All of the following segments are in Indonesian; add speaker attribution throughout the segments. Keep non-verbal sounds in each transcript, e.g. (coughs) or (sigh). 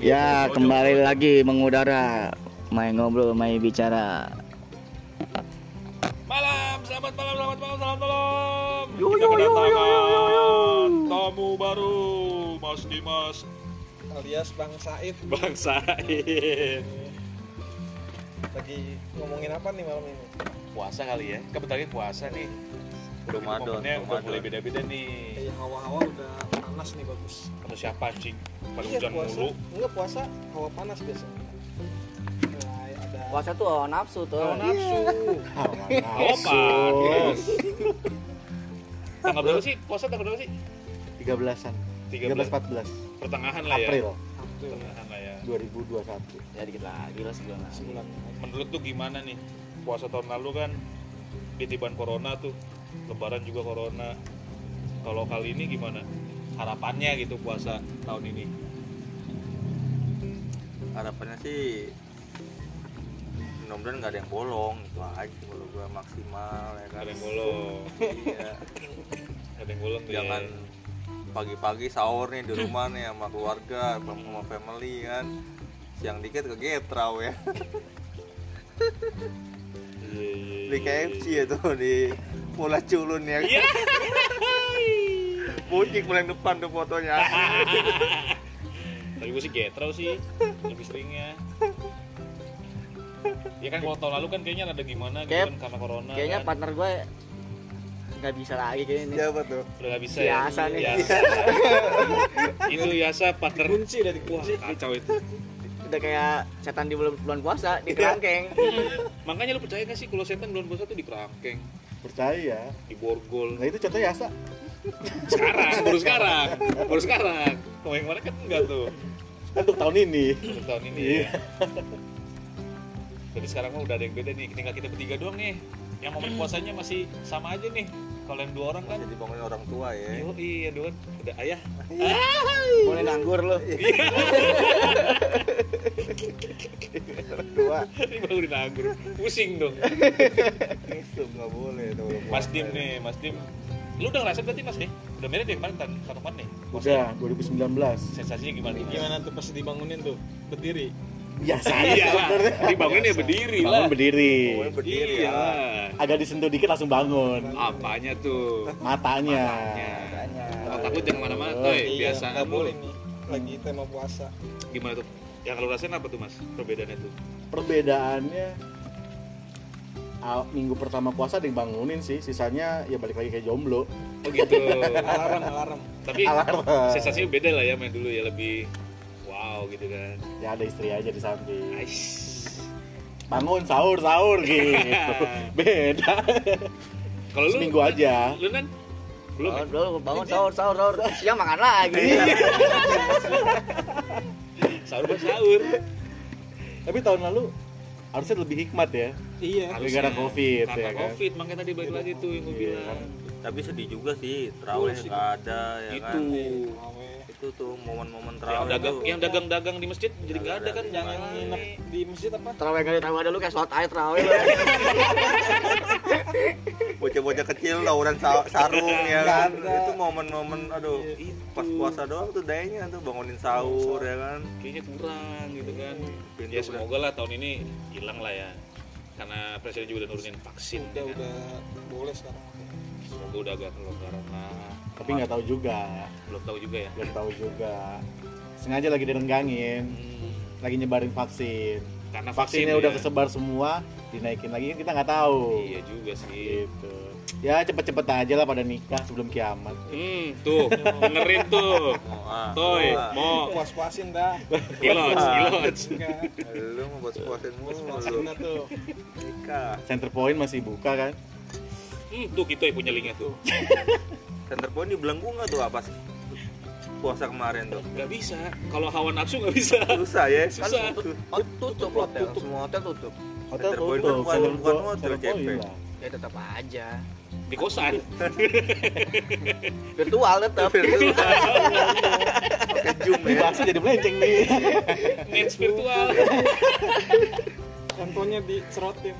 Speaker 1: Ya, kembali lagi mengudara, main ngobrol, main bicara.
Speaker 2: Malam, selamat malam, selamat malam, selamat malam. Kita kedatangan tamu baru, Mas Dimas,
Speaker 3: alias Bang Said
Speaker 2: Bang Said.
Speaker 3: lagi ngomongin apa nih malam ini?
Speaker 2: Puasa kali ya, kebetulan ini puasa nih. Udah
Speaker 4: Ramadan,
Speaker 2: momennya udah
Speaker 4: Ramadan.
Speaker 2: mulai beda-beda nih.
Speaker 3: Kayak Iya, hawa-hawa udah panas nih bagus.
Speaker 2: Atau siapa sih? Pada
Speaker 3: Iya,
Speaker 2: hujan
Speaker 3: puasa.
Speaker 2: mulu.
Speaker 3: Enggak puasa, hawa panas biasanya. Mulai ada
Speaker 1: Puasa tuh hawa nafsu tuh.
Speaker 3: hawa nafsu.
Speaker 2: Oh, panas. Tanggal berapa sih? Puasa tanggal berapa sih?
Speaker 4: 13-an
Speaker 2: 13
Speaker 4: 13-14
Speaker 2: pertengahan
Speaker 5: Ah, iya.
Speaker 2: lah ya.
Speaker 4: April
Speaker 3: April,
Speaker 2: Pertengahan lah ya.
Speaker 4: 2021
Speaker 1: Ya dikit lagi lah sebulan lagi.
Speaker 3: sebulan.
Speaker 2: Menurut tuh gimana nih? Puasa tahun lalu kan ditiban corona tuh. Lebaran juga corona. Kalau kali ini gimana? Harapannya gitu puasa tahun ini.
Speaker 4: Harapannya sih mudah-mudahan nggak ada yang bolong itu aja kalau gua maksimal ya kan
Speaker 2: Ada yang bolong. (laughs)
Speaker 4: Iya.
Speaker 2: Ada yang bolong tuh
Speaker 4: jangan
Speaker 2: ya.
Speaker 4: pagi-pagi sahur nih di rumah nih sama keluarga sama family kan siang dikit ke Getraw ya (laughs)
Speaker 2: Iya, iya,
Speaker 4: di
Speaker 2: iya, iya.
Speaker 4: KFC ya tuh di Pola Culun ya
Speaker 2: Iya.
Speaker 4: Bocik paling depan tuh
Speaker 2: (laughs)
Speaker 4: fotonya
Speaker 2: Tapi gue sih getro sih lebih seringnya. Ya kan kalau tahun lalu kan kayaknya ada gimana gitu
Speaker 1: Kayak-
Speaker 2: kan karena corona.
Speaker 1: Kayaknya
Speaker 2: kan.
Speaker 1: partner gue Iya. nggak bisa lagi kayaknya nih.
Speaker 4: siapa Iya, tuh
Speaker 2: udah gak bisa
Speaker 1: si
Speaker 2: ya.
Speaker 1: Yasa nih.
Speaker 2: Yasa. itu Yasa partner.
Speaker 3: Kunci dari
Speaker 2: Wah,
Speaker 3: kunci.
Speaker 2: kacau itu.
Speaker 1: Udah kayak setan di bulan, bulan puasa di kerangkeng.
Speaker 2: Makanya lu percaya gak sih kalau setan bulan puasa tuh di kerangkeng,
Speaker 5: percaya
Speaker 2: di borgol.
Speaker 5: nah itu contoh ya Sa.
Speaker 2: Sekarang, baru sekarang, baru sekarang. Kalau yang kemarin kan enggak tuh.
Speaker 5: kan untuk tahun ini
Speaker 2: Baru tahun ini
Speaker 1: Iya.
Speaker 2: ya. Tapi sekarang mah udah ada yang beda nih, tinggal kita bertiga doang nih. Yang momen puasanya masih sama aja nih. Kalau yang dua orang kan,
Speaker 4: masih dibangunin orang tua ya
Speaker 2: yo iya dua kan, udah ayah.
Speaker 1: Iya.
Speaker 2: Iya.
Speaker 1: Boleh nganggur lu.
Speaker 4: tua
Speaker 2: Ini baru dinanggur, pusing dong.
Speaker 4: Mesum nggak boleh tuh.
Speaker 2: Mas Dim nih, Mas Dim. Lu udah ngerasain berarti Mas nih? Udah married dari kemarin, tahun tahun kemarin nih?
Speaker 5: udah 2019
Speaker 2: Sensasinya gimana?
Speaker 3: Gimana tuh pas dibangunin tuh? Berdiri.
Speaker 5: biasa aja
Speaker 2: Iya lah,
Speaker 5: sebenarnya
Speaker 2: dibangunin ya berdiri lah.
Speaker 5: bangun berdiri
Speaker 4: Pokoknya berdiri
Speaker 2: Iya.
Speaker 3: ah.
Speaker 4: lah.
Speaker 5: agak disentuh dikit langsung bangun
Speaker 2: Apanya tuh?
Speaker 5: matanya
Speaker 2: Matanya. Otak lu jangan kemana-mana tuh, ya,
Speaker 3: Iya,
Speaker 2: eh, biasa
Speaker 3: nggak
Speaker 2: lu.
Speaker 3: boleh nih. Lagi tema puasa.
Speaker 2: Gimana tuh? Yang lu rasain apa tuh mas? Perbedaannya tuh?
Speaker 5: perbedaannya ah, minggu pertama puasa ada yang bangunin sih sisanya ya balik lagi kayak jomblo
Speaker 2: Oh gitu.
Speaker 3: Alarm, alarm.
Speaker 2: Tapi
Speaker 5: Alarm.
Speaker 2: sensasinya beda lah ya main dulu ya lebih wow gitu kan.
Speaker 5: ya ada istri aja di samping
Speaker 2: Nice.
Speaker 5: bangun sahur sahur (laughs) gitu beda
Speaker 2: Kalau lu
Speaker 5: Seminggu aja.
Speaker 2: Lu nan? Belum.
Speaker 1: Bangun
Speaker 2: ya?
Speaker 1: dulu, bangun sahur sahur sahur. Siang makan lagi.
Speaker 2: Sahur buat sahur.
Speaker 5: tapi tahun lalu harusnya lebih hikmat ya
Speaker 3: Iya.
Speaker 5: Gara-gara COVID,
Speaker 2: Karena
Speaker 5: ya kan?
Speaker 2: covid makanya tadi balik lagi tuh yang gue
Speaker 5: Iya,
Speaker 2: bilang.
Speaker 5: kan?
Speaker 4: Tapi sedih juga sih, terawih nggak ada ya
Speaker 2: Iya Itu.
Speaker 4: kan.
Speaker 3: Aweh.
Speaker 4: Itu tuh momen-momen
Speaker 2: Gitu. Yang
Speaker 4: terawih.
Speaker 2: dagang
Speaker 4: tuh.
Speaker 2: yang dagang-dagang di masjid jadi gak
Speaker 4: Nggak
Speaker 2: ada
Speaker 4: ada,
Speaker 2: kan
Speaker 4: jangan
Speaker 2: Jangan
Speaker 3: Nginep di masjid apa?
Speaker 1: Terawih kali terawih ada lu kayak sholat air terawih. lu.
Speaker 4: bocah-bocah kecil tawuran
Speaker 2: Iya.
Speaker 4: sa- sarung ya
Speaker 3: Nggak
Speaker 4: kan.
Speaker 3: ada.
Speaker 4: Itu momen-momen aduh, pas puasa doang tuh dayanya tuh bangunin sahur ya kan.
Speaker 2: kayaknya kurang gitu kan.
Speaker 4: Pintu
Speaker 2: Ya
Speaker 4: udah.
Speaker 2: semoga lah tahun ini hilang lah ya. Karena presiden juga udah nurunin vaksin.
Speaker 3: Udah,
Speaker 2: ya kan?
Speaker 3: udah boleh sekarang.
Speaker 2: Semoga udah agak kelonggaran lah.
Speaker 5: tapi nggak tahu juga
Speaker 2: Belum tahu juga ya.
Speaker 5: belum tahu juga sengaja lagi direnggangin
Speaker 2: Hmm,
Speaker 5: lagi nyebarin vaksin
Speaker 2: karena vaksin
Speaker 5: vaksinnya
Speaker 2: ya.
Speaker 5: udah kesebar semua dinaikin lagi kita nggak tahu
Speaker 2: Iya juga sih.
Speaker 5: gitu ya cepet-cepet aja lah pada nikah sebelum kiamat
Speaker 2: Hmm, tuh dengerin tuh.
Speaker 4: Mau ah.
Speaker 2: Toy,
Speaker 4: mau,
Speaker 2: mau
Speaker 3: Puas-puasin dah. (laughs)
Speaker 2: ilots, ilots.
Speaker 3: Enggak.
Speaker 4: ah. Lu mau buat puasin mulu lu.
Speaker 3: Puasin dah tuh.
Speaker 4: Nikah.
Speaker 5: center point masih buka kan
Speaker 2: Hmm, tuh kita yang punya linknya tuh.
Speaker 4: Center point dibelenggu nggak tuh apa sih? Puasa kemarin tuh.
Speaker 2: Gak bisa. Kalau hawa nafsu gak bisa.
Speaker 4: Susah ya.
Speaker 2: Susah.
Speaker 1: Oh, tutup hotel, semua hotel tutup.
Speaker 5: hotel
Speaker 4: Center point
Speaker 5: tutup
Speaker 4: bukan-
Speaker 5: center
Speaker 4: bukan
Speaker 5: po-
Speaker 4: hotel,
Speaker 5: center point
Speaker 4: CP.
Speaker 5: lah.
Speaker 1: Ya tetap aja.
Speaker 2: Di kosan.
Speaker 1: (laughs) Virtual tetap.
Speaker 4: Pakai zoom
Speaker 5: ini
Speaker 4: ya.
Speaker 5: bahasa jadi melenceng nih
Speaker 2: (laughs)
Speaker 5: (laughs)
Speaker 2: Nets virtual.
Speaker 3: Contohnya dicerotin.
Speaker 4: Iya,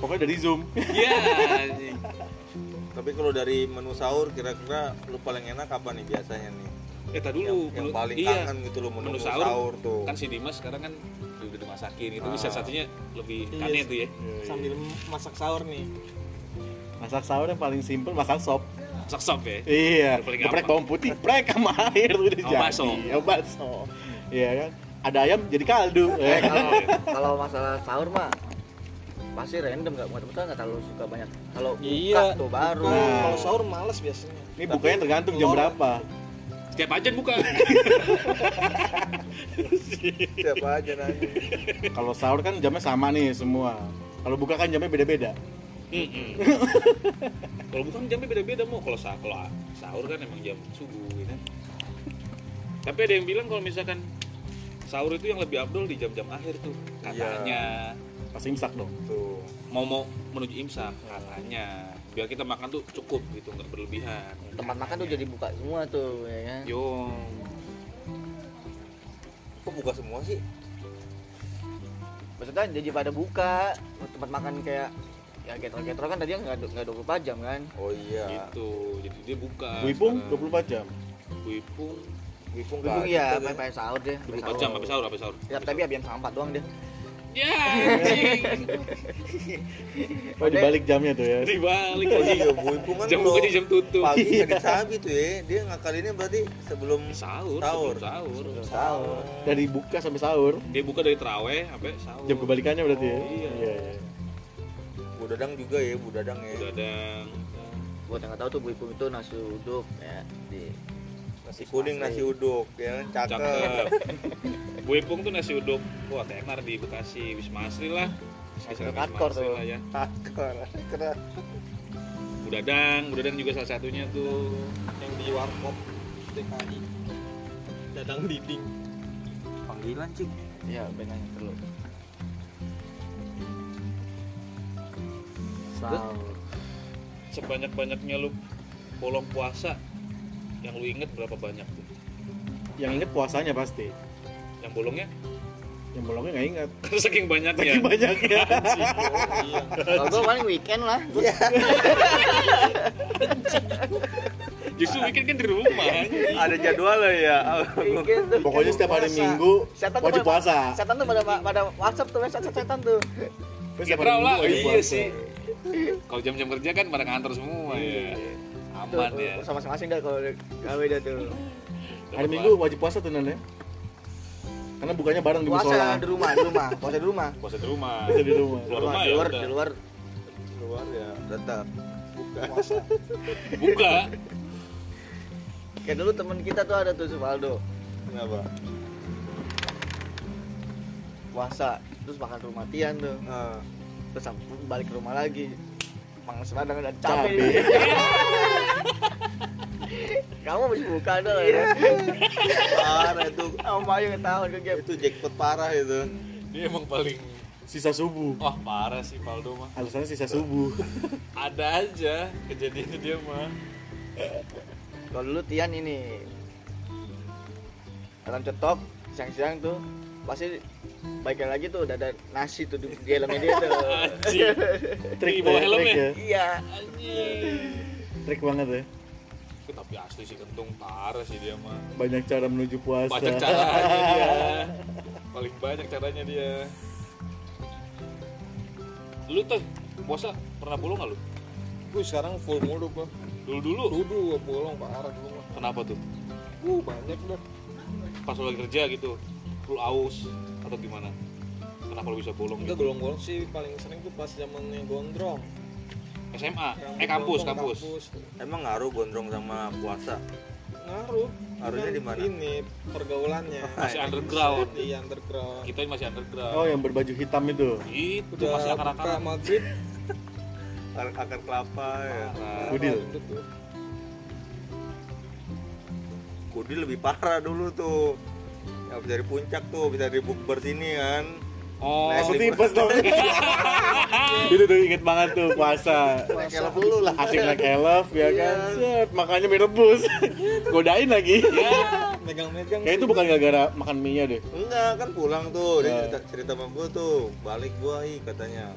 Speaker 5: pokoknya dari zoom
Speaker 2: Ya. anjing.
Speaker 4: Tapi kalau dari menu sahur kira-kira lu paling enak apa nih biasanya nih?
Speaker 2: Eta Eh,
Speaker 4: yang,
Speaker 2: dulu
Speaker 4: yang
Speaker 2: menu-
Speaker 4: paling
Speaker 2: iya,
Speaker 4: kangen gitu loh
Speaker 2: menu
Speaker 4: menu,
Speaker 2: sahur.
Speaker 4: sahur, tuh
Speaker 2: kan si Dimas sekarang kan udah dimasakin itu
Speaker 4: Ah.
Speaker 2: sensasinya gitu, lebih
Speaker 3: Iya.
Speaker 2: aneh tuh ya
Speaker 3: sambil masak sahur nih
Speaker 5: masak sahur yang paling simpel masak sop
Speaker 2: sok-sok ya
Speaker 5: iya
Speaker 2: Yang paling
Speaker 5: geprek
Speaker 2: gampang.
Speaker 5: bawang putih prek sama (laughs) air
Speaker 2: Sama
Speaker 5: udah jadi
Speaker 2: bakso.
Speaker 5: Ya, bakso iya kan ada ayam jadi
Speaker 2: (laughs)
Speaker 5: kaldu ya
Speaker 1: Eh,
Speaker 5: kan?
Speaker 1: kalau kalau masalah sahur mah pasti random nggak nggak kebetulan nggak terlalu suka banyak kalau buka
Speaker 3: Iya,
Speaker 1: tuh baru
Speaker 3: Nah,
Speaker 5: Nah.
Speaker 3: kalau sahur males biasanya
Speaker 5: ini bukanya tergantung jam
Speaker 3: telur-
Speaker 5: berapa
Speaker 2: setiap ajan buka
Speaker 4: siapa aja nanti
Speaker 5: kalau sahur kan jamnya sama nih semua kalau buka kan jamnya beda-beda
Speaker 2: Mm-mm. kalau bukan jamnya beda-beda mau kalau sa- kalau sahur kan emang jam subuh gitu tapi ada yang bilang kalau misalkan sahur itu yang lebih abdol di jam-jam akhir tuh
Speaker 4: Iya.
Speaker 2: katanya
Speaker 5: pas imsak dong
Speaker 4: tuh
Speaker 2: mau mau menuju imsak katanya biar kita makan tuh cukup gitu nggak berlebihan Iya.
Speaker 1: tempat makan tuh jadi buka semua tuh ya kan
Speaker 2: yo
Speaker 4: kok buka semua sih
Speaker 1: maksudnya jadi pada buka tempat makan kayak ya getro-getro kan tadi nggak du- nggak 24 jam kan
Speaker 4: oh iya
Speaker 2: gitu jadi dia buka
Speaker 5: Wipung
Speaker 2: sekarang.
Speaker 5: 24 jam
Speaker 2: Wipung
Speaker 4: Wipung
Speaker 1: Bingung
Speaker 4: kaget
Speaker 1: ya,
Speaker 5: gitu.
Speaker 4: tuh.
Speaker 1: main pengen sahur deh. sampai
Speaker 2: 24 jam habis sahur habis sahur
Speaker 1: Ya, tapi habis jam empat doang deh.
Speaker 2: ya anjing
Speaker 5: oh dibalik jamnya tuh ya
Speaker 2: dibalik
Speaker 4: Oh
Speaker 2: anjing
Speaker 4: iya, Bu Wipung kan
Speaker 2: jam
Speaker 4: kalau
Speaker 2: buka jam tutup
Speaker 4: pagi nggak disabi tuh ya dia ngakalinnya berarti sebelum
Speaker 2: sahur
Speaker 4: Sahur.
Speaker 2: sebelum sahur
Speaker 1: Sahur.
Speaker 5: dari buka sampai sahur
Speaker 2: dia buka dari teraweh sampai sahur
Speaker 5: jam kebalikannya berarti ya
Speaker 2: Oh, iya.
Speaker 5: iya.
Speaker 4: Bu Dadang juga ya Bu Dadang ya
Speaker 2: Dadang
Speaker 1: Buat yang nggak tahu tuh Bu Ipung itu nasi uduk ya di
Speaker 4: nasi kuning nasi uduk ya kan cakep,
Speaker 2: cakep Bu Ipung tuh nasi uduk wah tenar di Bekasi Wisma Asri lah
Speaker 1: uduk
Speaker 2: Sekitar Wisma
Speaker 1: hardcore
Speaker 2: Asri
Speaker 1: tuh.
Speaker 2: lah ya
Speaker 4: Cakep. keren
Speaker 2: Bu Dadang Bu Dadang juga salah satunya tuh
Speaker 3: yang di warkop DKI dadang diding
Speaker 4: panggilan cik
Speaker 1: Iya, benar dulu.
Speaker 5: sahur
Speaker 2: sebanyak banyaknya lu bolong puasa yang lu inget berapa banyak tuh
Speaker 5: yang inget puasanya pasti
Speaker 2: yang bolongnya (laughs)
Speaker 5: yang bolongnya nggak ingat ya.
Speaker 2: saking banyaknya
Speaker 5: saking banyaknya
Speaker 2: (laughs)
Speaker 3: iya
Speaker 1: Kalau gua paling weekend lah. Gua
Speaker 2: justru weekend kan di rumah
Speaker 4: ada jadwalnya ya
Speaker 1: weekend tuh.
Speaker 5: pokoknya setiap hari
Speaker 3: Puasa.
Speaker 5: minggu
Speaker 1: Setan tuh
Speaker 5: wajib
Speaker 1: pada-
Speaker 5: puasa
Speaker 1: Setan tuh pada pada WhatsApp tuh setan-setan tuh.
Speaker 5: Pokoknya setiap hari
Speaker 2: Getrau
Speaker 5: minggu
Speaker 2: lah,
Speaker 5: wajib
Speaker 2: iya
Speaker 5: puasa.
Speaker 2: sih. Kalau jam-jam kerja kan pada ngantor semua ya.
Speaker 1: Tuh,
Speaker 2: Aman ya.
Speaker 1: sama masing-masing dah kalau gawe dah tuh.
Speaker 5: hari minggu wajib puasa tuh Nan, ya karena bukannya bareng di musola
Speaker 1: Puasa di rumah, di rumah, puasa di rumah.
Speaker 2: puasa (laughs) di rumah.
Speaker 5: Puasa di rumah
Speaker 2: Keluar
Speaker 1: Rumah
Speaker 2: rumah
Speaker 1: di
Speaker 2: ya
Speaker 1: luar,
Speaker 2: udah.
Speaker 1: di luar.
Speaker 4: keluar ya tetap
Speaker 2: Buka.
Speaker 1: Kayak dulu teman kita tuh ada tuh Subaldo.
Speaker 4: kenapa
Speaker 1: Puasa, terus makan di rumah Tian tuh.
Speaker 4: Ah,
Speaker 1: Terus balik ke rumah lagi. Mangsa banget dan
Speaker 5: Cabe.
Speaker 1: capek. (laughs) Kamu habis buka dong ya.
Speaker 4: Iya. (laughs) parah itu
Speaker 1: Sama Bayu ketahuan ke game.
Speaker 4: itu jackpot parah itu
Speaker 2: Dia emang paling
Speaker 5: sisa subuh
Speaker 2: wah parah sih Paldo mah.
Speaker 5: alasannya sisa subuh
Speaker 2: Ada aja kejadiannya dia mah.
Speaker 1: Kalau dulu Tian ini dalam cetok siang-siang tuh pasti baiknya lagi tuh udah ada nasi tuh di, di helmnya dia
Speaker 2: (laughs)
Speaker 1: tuh.
Speaker 2: Anjing.
Speaker 5: trik
Speaker 2: Di bawah
Speaker 5: ya,
Speaker 2: helm
Speaker 5: trik
Speaker 2: ya?
Speaker 5: ya
Speaker 1: iya.
Speaker 2: Anjing.
Speaker 5: trik banget ya
Speaker 2: Tapi asli sih kentung parah sih dia mah.
Speaker 5: banyak cara menuju puasa
Speaker 2: Banyak caranya dia. Paling banyak caranya dia. Lu tuh puasa pernah bolong gak lu?
Speaker 3: gue sekarang full mulu gua
Speaker 2: Dulu-dulu
Speaker 3: dulu gua bolong parah dulu mah
Speaker 2: kenapa tuh?
Speaker 3: uh banyak dah
Speaker 2: pas lu lagi kerja gitu lu aus atau gimana kenapa lu bisa bolong
Speaker 3: enggak
Speaker 2: gitu
Speaker 3: bolong-bolong sih paling sering tuh pas zamannya gondrong
Speaker 2: SMA
Speaker 3: Yang
Speaker 2: eh kampus
Speaker 3: gondrong
Speaker 2: kampus
Speaker 4: emang ngaruh gondrong sama puasa
Speaker 3: ngaruh
Speaker 4: Ngaruhnya
Speaker 3: Cuman
Speaker 4: di mana?
Speaker 3: ini pergaulannya
Speaker 2: masih underground
Speaker 3: di underground
Speaker 2: kita ini masih underground
Speaker 5: oh yang berbaju hitam itu
Speaker 2: itu
Speaker 3: udah
Speaker 2: masih akar
Speaker 3: buka
Speaker 2: akaran
Speaker 3: maghrib
Speaker 4: akar, akar kelapa ya
Speaker 5: Kudil.
Speaker 3: Nah, gitu.
Speaker 4: kudil lebih parah dulu tuh ya, bisa dari puncak tuh bisa dari bukber sini kan
Speaker 2: oh (laughs)
Speaker 4: Nah,
Speaker 5: Aku tipes dong. itu tuh inget banget tuh puasa.
Speaker 4: naik elok dulu lah
Speaker 5: Asik naik elf ya kan. Set, makannya mie rebus. Godain lagi.
Speaker 3: megang-megang
Speaker 5: Kayak itu
Speaker 3: sih.
Speaker 5: bukan gara-gara makan ya, mie-nya deh.
Speaker 4: enggak kan pulang tuh dia
Speaker 5: Nah.
Speaker 4: cerita, cerita sama gue tuh balik gue ih katanya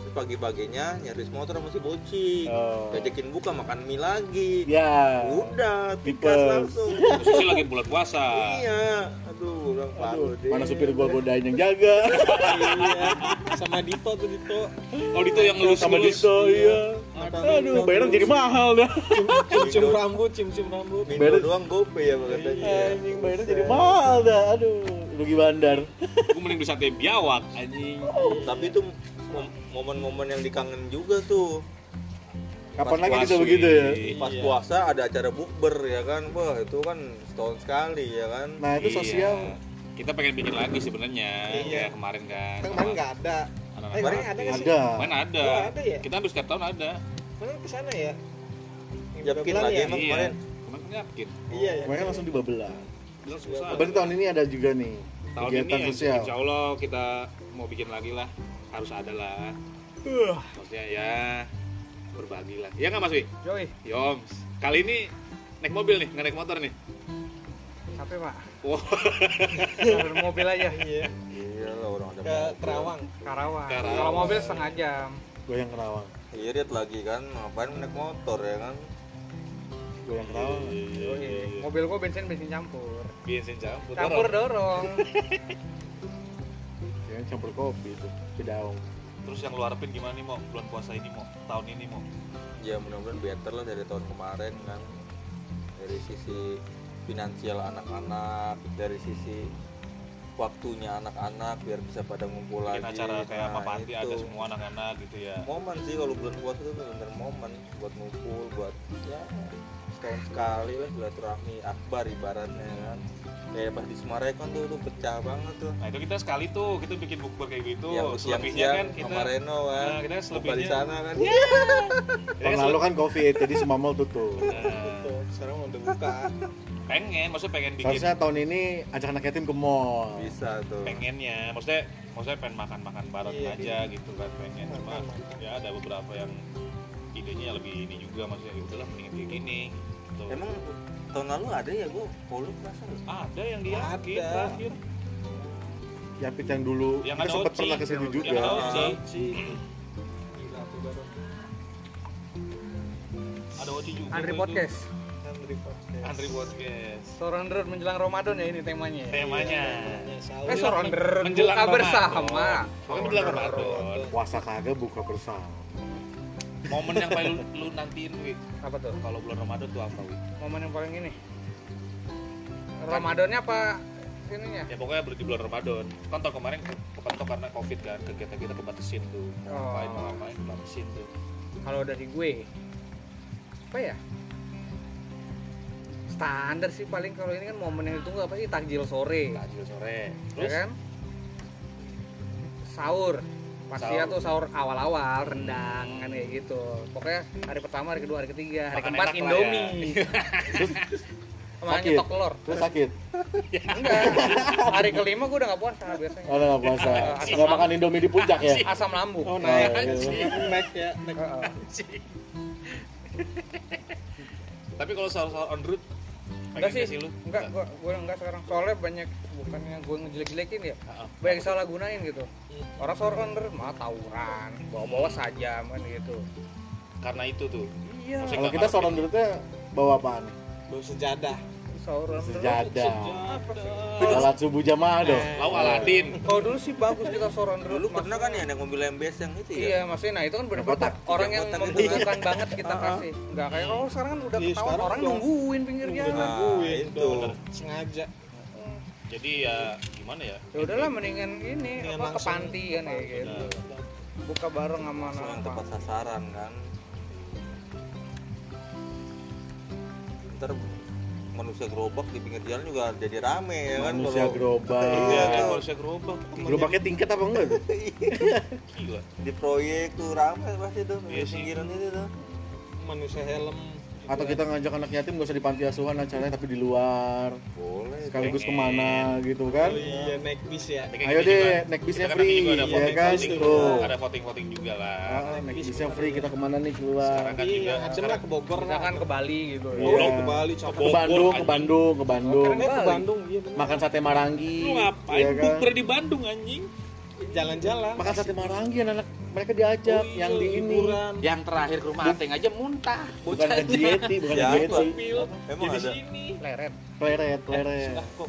Speaker 4: tapi pagi-paginya nyaris motor masih bocing
Speaker 5: Oh.
Speaker 4: Diajakin buka makan mie lagi
Speaker 5: Ya.
Speaker 4: udah
Speaker 5: Tipes.
Speaker 4: tikas langsung
Speaker 2: Posisi lagi bulan puasa.
Speaker 4: iya aduh orang
Speaker 5: Aduh,
Speaker 4: parah deh.
Speaker 5: mana supir gua godain yang jaga
Speaker 3: Iya, sama Dito tuh Dito
Speaker 2: Oh itu yang lulus
Speaker 5: sama
Speaker 2: lulus.
Speaker 5: Dito, iya.
Speaker 3: Apa
Speaker 5: Aduh,
Speaker 3: Dito
Speaker 5: bayarnya jadi
Speaker 3: terus?
Speaker 5: mahal dah.
Speaker 3: cium, cium rambut cium cium rambut
Speaker 4: Mindo
Speaker 5: Beres.
Speaker 4: doang gope ya katanya
Speaker 5: Iya, Anjing, bayarnya jadi mahal dah. Aduh, rugi bandar.
Speaker 2: Gue mending beli sate biawak anjing.
Speaker 4: tapi itu mom- momen-momen yang dikangen juga tuh
Speaker 5: Kapan
Speaker 4: Pas
Speaker 5: lagi kita
Speaker 2: Puasa.
Speaker 5: begitu ya?
Speaker 4: pas
Speaker 3: Iya.
Speaker 4: puasa ada acara bukber ya kan wah itu kan setahun sekali ya kan
Speaker 5: Nah, itu
Speaker 2: Iya.
Speaker 5: sosial.
Speaker 2: Kita pengen bikin lagi sebenarnya.
Speaker 3: Iya.
Speaker 2: Kayak kemarin kan.
Speaker 3: kan kemarin nggak ada
Speaker 2: Anak-anak
Speaker 3: eh kemarin
Speaker 2: party.
Speaker 3: ada nggak sih
Speaker 5: Ada.
Speaker 2: Kemarin ada.
Speaker 3: Oh, ada ya?
Speaker 2: Kita hampir setiap tahun ada.
Speaker 3: kemarin kesana ya Yang
Speaker 4: Japkin
Speaker 3: bulan
Speaker 4: lagi
Speaker 3: ya?
Speaker 4: emang
Speaker 2: Iya.
Speaker 4: kemarin
Speaker 2: Kemarin yakin.
Speaker 3: iya (laughs) ya
Speaker 5: Kemarin langsung di Babelan.
Speaker 2: Bilang susah.
Speaker 5: Berarti tahun ini ada juga nih
Speaker 2: Tahun ini
Speaker 5: kegiatan
Speaker 2: ya,
Speaker 5: sosial.
Speaker 2: insya Allah kita mau bikin lagi lah. Harus ada lah. Maksudnya ya berbagi lah. Ya nggak Mas Wi?
Speaker 3: Joy
Speaker 2: Yoms. Kali ini naik mobil nih, nggak naik motor nih.
Speaker 3: capek pak
Speaker 2: Wah,
Speaker 6: Turun mobil aja
Speaker 3: iya
Speaker 4: iya lah orang ada
Speaker 3: ke
Speaker 4: mobil.
Speaker 3: Terawang
Speaker 6: Karawang.
Speaker 2: Karawang.
Speaker 6: Kalau mobil setengah jam.
Speaker 5: Goyang kerawang.
Speaker 4: irit lagi kan ngapain naik motor ya kan
Speaker 5: Goyang
Speaker 2: Oh,
Speaker 5: kerawang.
Speaker 2: iya,
Speaker 6: Oke. Mobil gua bensin bensin campur.
Speaker 2: bensin campur.
Speaker 6: Campur
Speaker 2: dorong.
Speaker 6: dorong.
Speaker 3: (laughs)
Speaker 5: Yang campur kopi itu. Kedaung.
Speaker 2: Terus yang lu harapin gimana nih, Mo? Bulan puasa ini, Mo? Tahun ini, Mo?
Speaker 4: ya mudah-mudahan better lah dari tahun kemarin kan dari sisi finansial anak-anak dari sisi waktunya anak-anak biar bisa pada ngumpul
Speaker 2: Bikin
Speaker 4: lagi
Speaker 2: acara kayak
Speaker 4: Nah,
Speaker 2: apa panti
Speaker 4: itu.
Speaker 2: ada semua anak-anak gitu ya.
Speaker 4: momen sih kalau bulan puasa itu bener momen buat ngumpul buat ya setahun sekali lah silaturahmi akbar ibaratnya kan kayak pas di Semarekon tuh tuh pecah banget tuh
Speaker 2: Nah itu kita sekali tuh kita bikin bukber kayak gitu.
Speaker 4: yang
Speaker 2: Selebihnya kan
Speaker 4: siang-siang
Speaker 2: kita
Speaker 4: sama Reno kan
Speaker 2: Nah, kita
Speaker 4: Buka di
Speaker 2: selebihnya. Iya.
Speaker 4: sana kan
Speaker 5: Tahun lalu kan covid, jadi semua mal tutup.
Speaker 2: Nah,
Speaker 3: tuh sekarang udah buka
Speaker 2: pengen, maksudnya pengen bikin
Speaker 5: Harusnya tahun ini ajak anak yatim ke mall.
Speaker 4: bisa tuh
Speaker 2: pengennya, maksudnya maksudnya pengen makan-makan bareng
Speaker 3: Iya,
Speaker 2: aja gitu kan pengen cuma
Speaker 3: Makan-makan.
Speaker 2: ya ada beberapa yang idenya lebih ini juga maksudnya ya udahlah mendingan kayak gini. Gitu.
Speaker 4: emang tahun lalu ada ya gua polo merasa
Speaker 2: ada yang dia
Speaker 3: Ada. (clears throat)
Speaker 2: terakhir
Speaker 5: Yapit yang dulu
Speaker 2: Yang
Speaker 5: kita
Speaker 2: ada
Speaker 5: sempat
Speaker 2: Oci.
Speaker 5: pernah kesini
Speaker 2: yang
Speaker 5: juga.
Speaker 2: ada
Speaker 3: Oh,
Speaker 2: Oci,
Speaker 3: gila tuh baru
Speaker 2: ada Oci juga.
Speaker 6: Andri
Speaker 2: tuh itu.
Speaker 6: podcast.
Speaker 3: kan dari podcast
Speaker 2: Andri podcast.
Speaker 6: Soron road menjelang Ramadan ya ini
Speaker 3: Iya,
Speaker 6: temanya. ya?
Speaker 2: Temanya.
Speaker 3: Ya, sahur.
Speaker 6: Eh soron road
Speaker 2: Menjelang
Speaker 6: buka
Speaker 2: Ramadan.
Speaker 6: bersama.
Speaker 2: Pokoknya menjelang Ramadan.
Speaker 5: Puasa kagak buka bersama.
Speaker 2: Momen yang paling lu, lu nantiin Wi,
Speaker 6: Apa tuh?
Speaker 2: kalau bulan Ramadan tuh apa Wi?
Speaker 6: Momen yang paling ini. Ramadannya apa ininya?
Speaker 2: ya pokoknya di bulan Ramadan kan tahun kemarin ke- kepentok karena covid kan kegiatan kita kebatasin tuh mau
Speaker 6: Oh.
Speaker 2: ngapain mau ngapain kebatasin tuh
Speaker 6: Kalau dari gue apa ya? Standar sih paling kalau ini kan momen yang ditunggu apa sih takjil sore.
Speaker 2: tajil sore
Speaker 6: ya
Speaker 2: terus
Speaker 6: kan sahur pasti ya
Speaker 2: Sahur.
Speaker 6: tuh sahur awal-awal rendang kan kayak gitu pokoknya hari pertama hari kedua hari ketiga hari
Speaker 2: Makan enak
Speaker 6: keempat
Speaker 2: lah ya.
Speaker 6: indomie (laughs) sama
Speaker 5: Sakit.
Speaker 6: nyetok telur
Speaker 5: Terus sakit.
Speaker 6: enggak hari kelima gue udah gak puasa biasanya
Speaker 5: Ada
Speaker 2: (laughs)
Speaker 5: nggak puasa. Nggak makan Indomie di puncak ya.
Speaker 6: asam lambung
Speaker 5: Oh, naik.
Speaker 6: Heeh.
Speaker 3: naik Nah, ya naik
Speaker 2: tapi kalau sahur sahur on route
Speaker 6: enggak
Speaker 2: pengen
Speaker 6: sih,
Speaker 2: gak lu
Speaker 6: enggak gue gue enggak sekarang soalnya banyak bukannya gue ngejelek-jelekin ya
Speaker 2: Heeh.
Speaker 6: banyak yang salah gunain gitu orang sahur kan bener, malah tawuran bawa-bawa sajam kan gitu
Speaker 2: karena itu tuh Maksudnya
Speaker 5: Kalau
Speaker 6: iya
Speaker 2: nggak
Speaker 5: kita
Speaker 2: ngerti.
Speaker 5: seorang dulunya bawa apaan?
Speaker 3: bau sejadah
Speaker 6: sahur on the road.
Speaker 5: Sejadah.
Speaker 6: Apa sih?
Speaker 5: Salat subuh jamaah dong.
Speaker 2: lau Aladin
Speaker 6: Kalau dulu sih bagus kita soron dulu.
Speaker 4: dulu pernah kan ya naik mobil MBS yang itu ya
Speaker 6: Iya, maksudnya nah itu kan benar
Speaker 5: Kotak,
Speaker 6: kotak. Orang yang
Speaker 4: kotak itu
Speaker 6: membutuhkan banget kita kasih. Enggak kayak kalau sekarang kan udah
Speaker 3: Iya,
Speaker 6: ketahuan
Speaker 3: sekarang
Speaker 6: orang
Speaker 3: udah-
Speaker 6: nungguin pinggir jalan. Ya
Speaker 4: Nah, itu.
Speaker 3: itu sengaja
Speaker 2: jadi ya gimana ya
Speaker 6: Ya udahlah mendingan ini
Speaker 3: Mendingan
Speaker 6: apa ke
Speaker 3: langsung
Speaker 6: panti kan ya gitu. Buka bareng sama
Speaker 4: Langsung yang
Speaker 6: anak.
Speaker 4: tepat sasaran kan ntar manusia gerobak di pinggir jalan juga jadi rame ya kan
Speaker 5: Manusia
Speaker 2: iya
Speaker 4: kalau
Speaker 2: kan
Speaker 5: gerobak.
Speaker 2: kalau saya gerobak
Speaker 5: Gerobaknya tingkat apa enggak? tuh?
Speaker 2: gila
Speaker 4: di proyek tuh rame pasti tuh
Speaker 2: Iya
Speaker 4: di
Speaker 2: sih.
Speaker 4: pinggiran itu tuh
Speaker 3: manusia helm
Speaker 5: Atau kita ngajak anak yatim gak usah di panti asuhan acaranya tapi di luar.
Speaker 4: boleh
Speaker 5: Sekaligus
Speaker 2: Pengen.
Speaker 5: kemana gitu kan?
Speaker 3: iya naik bis ya
Speaker 2: Tapi kayak
Speaker 5: Ayo
Speaker 2: gitu juga.
Speaker 5: deh, naik
Speaker 2: Kita
Speaker 5: bisnya
Speaker 2: kan nanti
Speaker 5: free,
Speaker 2: juga ada
Speaker 5: ya
Speaker 2: voting-
Speaker 5: kan?
Speaker 2: voting-
Speaker 5: Tuh.
Speaker 2: ada voting voting juga lah
Speaker 5: Ah, naik bisnya free, kita kemana nih keluar?
Speaker 2: sekarang kan juga
Speaker 3: iya macam lah ke Bogor lah
Speaker 6: Misalkan ke Bali gitu.
Speaker 5: Iya.
Speaker 3: Oh, ke Bali
Speaker 2: Bogor,
Speaker 5: Ke
Speaker 3: capek
Speaker 5: Bandung, ke
Speaker 2: anjing.
Speaker 5: Bandung, ke Bandung.
Speaker 3: Eh, ke Bandung iya bener.
Speaker 5: Makan sate marangi.
Speaker 2: lu
Speaker 5: ya
Speaker 2: ngapain
Speaker 5: kan?
Speaker 2: bukber di Bandung anjing
Speaker 3: jalan-jalan
Speaker 5: Makan sate marangi anak-anak mereka diajak
Speaker 2: Oh iya,
Speaker 5: yang di ini Ya.
Speaker 2: liburan. Yang terakhir ke rumah Ateng aja muntah.
Speaker 5: bukan ke Jieti, bukan ke
Speaker 4: Ya,
Speaker 5: Jieti.
Speaker 2: Mobil.
Speaker 4: Emang
Speaker 2: Jadi
Speaker 4: ada?
Speaker 2: sini.
Speaker 6: leret
Speaker 2: Eh,
Speaker 5: Pleret, pleret.
Speaker 4: Nah, kok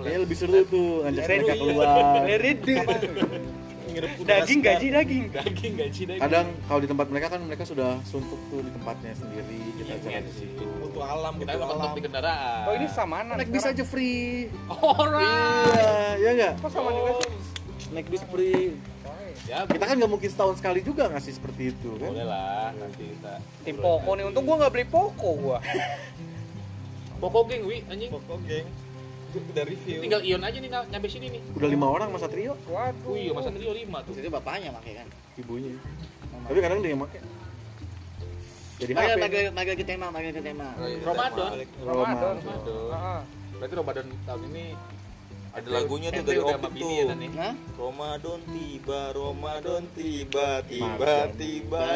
Speaker 5: Kayaknya lebih seru tuh ngajak mereka keluar.
Speaker 6: leret
Speaker 2: Ngirup udara
Speaker 6: daging
Speaker 2: segar.
Speaker 6: gaji daging
Speaker 2: Daging gaji daging.
Speaker 5: Kadang kalau di tempat mereka kan mereka sudah suntuk tuh di tempatnya sendiri
Speaker 2: Iya,
Speaker 5: kita jalan di
Speaker 2: sih.
Speaker 5: situ.
Speaker 3: Butuh alam,
Speaker 2: kita
Speaker 3: butuh
Speaker 2: mengetok
Speaker 3: alam.
Speaker 2: di kendaraan.
Speaker 6: oh ini samanan
Speaker 5: Naik bis aja
Speaker 6: sekarang.
Speaker 5: free.
Speaker 2: Orang.
Speaker 5: Iya, ya enggak?
Speaker 6: kok sama
Speaker 3: Oh.
Speaker 6: nih guys
Speaker 5: Naik bis free.
Speaker 2: Ya,
Speaker 5: Kita kan nggak mungkin setahun sekali juga ngasih seperti itu kan.
Speaker 2: boleh lah nanti kita.
Speaker 6: tim poko nih untung gua nggak beli poko gua
Speaker 2: Pokok geng, wi anjing.
Speaker 3: Pokok geng. Itu udah review.
Speaker 2: Tinggal Ion aja nih na- nyampe sini nih.
Speaker 5: Udah lima orang Mas Satrio,
Speaker 6: waduh
Speaker 3: Iya,
Speaker 2: Wih, iya, Mas
Speaker 3: gitu?
Speaker 2: Satrio 5 tuh.
Speaker 1: Jadi bapaknya pakai kan.
Speaker 5: ibunya. Tapi kadang dia yang pakai. Jadi
Speaker 1: Mari
Speaker 5: HP.
Speaker 1: mari mari ke tema, mari ke tema.
Speaker 2: Ramadan.
Speaker 4: Ramadan.
Speaker 6: Ramadan. Ah, ah.
Speaker 2: Berarti Ramadan tahun ini
Speaker 4: Ada lagunya tuh dari Opik tuh.
Speaker 2: ya,
Speaker 1: Hah?
Speaker 4: Ramadan tiba, Ramadan tiba, tiba,
Speaker 5: Makan.
Speaker 4: tiba,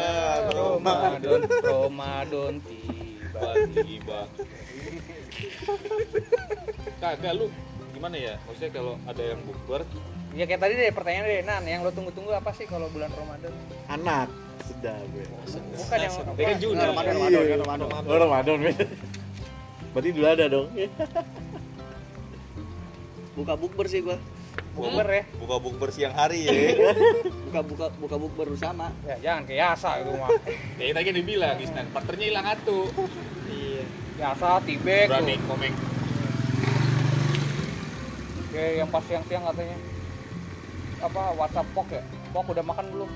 Speaker 4: Ramadan.
Speaker 6: Ramadan Ramadan tiba
Speaker 2: tiba Kagak lu gimana ya? Maksudnya kalau ada yang bukber
Speaker 6: ya kayak tadi deh pertanyaan deh Nan yang lo tunggu-tunggu apa sih kalau bulan Ramadan
Speaker 5: Anak sedap gue.
Speaker 6: bukan
Speaker 3: Nah,
Speaker 6: yang
Speaker 2: Ya kan Juni.
Speaker 1: Ramadan,
Speaker 5: Iya.
Speaker 1: Ramadan, Ramadan.
Speaker 5: Oh, Ramadan. men. Berarti dulu ada dong.
Speaker 1: Buka bukber sih gua.
Speaker 6: bukber ya
Speaker 4: Buka bukber siang hari ya.
Speaker 1: Buka buka buka bukber bersama.
Speaker 6: ya jangan kayak yasa itu mah
Speaker 2: ya tadi kan dibilang Isnan, partnernya hilang atuh.
Speaker 6: yasa tibek
Speaker 2: Berani
Speaker 6: tuh
Speaker 2: komeng.
Speaker 6: Oke, yang pas siang-siang katanya apa WhatsApp pok ya pok udah makan belum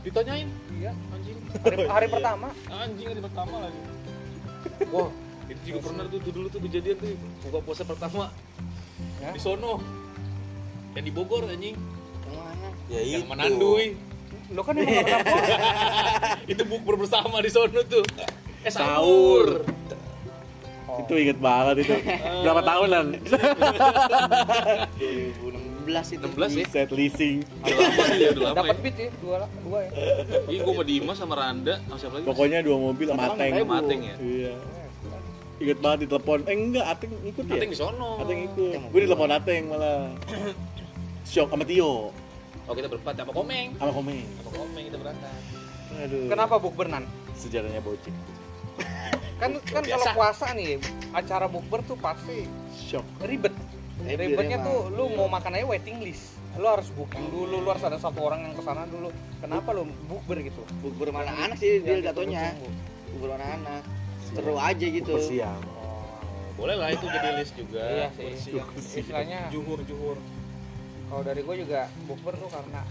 Speaker 2: Ditanyain
Speaker 6: iya
Speaker 2: anjing.
Speaker 1: (laughs)
Speaker 6: hari, hari
Speaker 1: Iya.
Speaker 6: pertama
Speaker 2: Anjing hari pertama lagi. Wah, itu juga pernah tuh, tuh dulu tuh kejadian tuh buka puasa pertama
Speaker 6: Ya.
Speaker 2: di sono. Yang di Bogor anjing,
Speaker 1: Yang mana?
Speaker 4: ya itu.
Speaker 2: yang menandui.
Speaker 6: lo kan emang gak pernah puasa
Speaker 2: itu bukber bersama di sono tuh. Eh sahur.
Speaker 6: Oh.
Speaker 5: Itu inget banget itu. Berapa
Speaker 1: (laughs)
Speaker 5: tahunan?
Speaker 1: 2016 itu.
Speaker 2: 16 ya.
Speaker 5: Set leasing.
Speaker 2: Udah lama sih, udah lama
Speaker 6: dapat
Speaker 2: ya.
Speaker 6: beat ya dua dua ya
Speaker 2: Ini gue sama Dimas sama Randa sama siapa lagi?
Speaker 5: Pokoknya dua mobil sama
Speaker 1: Satu orang
Speaker 5: Ateng.
Speaker 1: ribu.
Speaker 2: Mateng ya.
Speaker 5: Iya. Ingat banget di telepon. Eh enggak, Ateng ikut ya?
Speaker 2: Ateng di sono.
Speaker 5: Ateng ikut.
Speaker 1: Ateng
Speaker 5: Gue di telepon Ateng malah. Shock sama Tio,
Speaker 2: Oh kita berempat sama Komeng.
Speaker 5: sama Komeng.
Speaker 2: Sama Komeng kita berangkat.
Speaker 5: Aduh.
Speaker 6: kenapa bukber nan
Speaker 5: Sejarahnya bocil.
Speaker 6: kan kan kalau
Speaker 2: Biasa.
Speaker 6: puasa nih acara bukber tuh pasti
Speaker 5: Shock.
Speaker 6: ribet
Speaker 1: Ribet,
Speaker 6: ribetnya
Speaker 1: emang. Iya.
Speaker 6: tuh lu mau makan aja waiting list lu harus booking dulu lu harus ada satu orang yang kesana dulu kenapa lu bukber gitu
Speaker 1: Bukber mana anak sih dia
Speaker 6: Yang
Speaker 1: jatuhnya.
Speaker 6: ditunggu-tunggu.
Speaker 1: Bukber mana anak. Seru aja gitu.
Speaker 5: Persiang.
Speaker 2: Oh, Boleh lah itu jadi list juga.
Speaker 6: iya sih istilahnya
Speaker 3: Juhur, juhur.
Speaker 6: kalau dari gue juga bukber tuh karena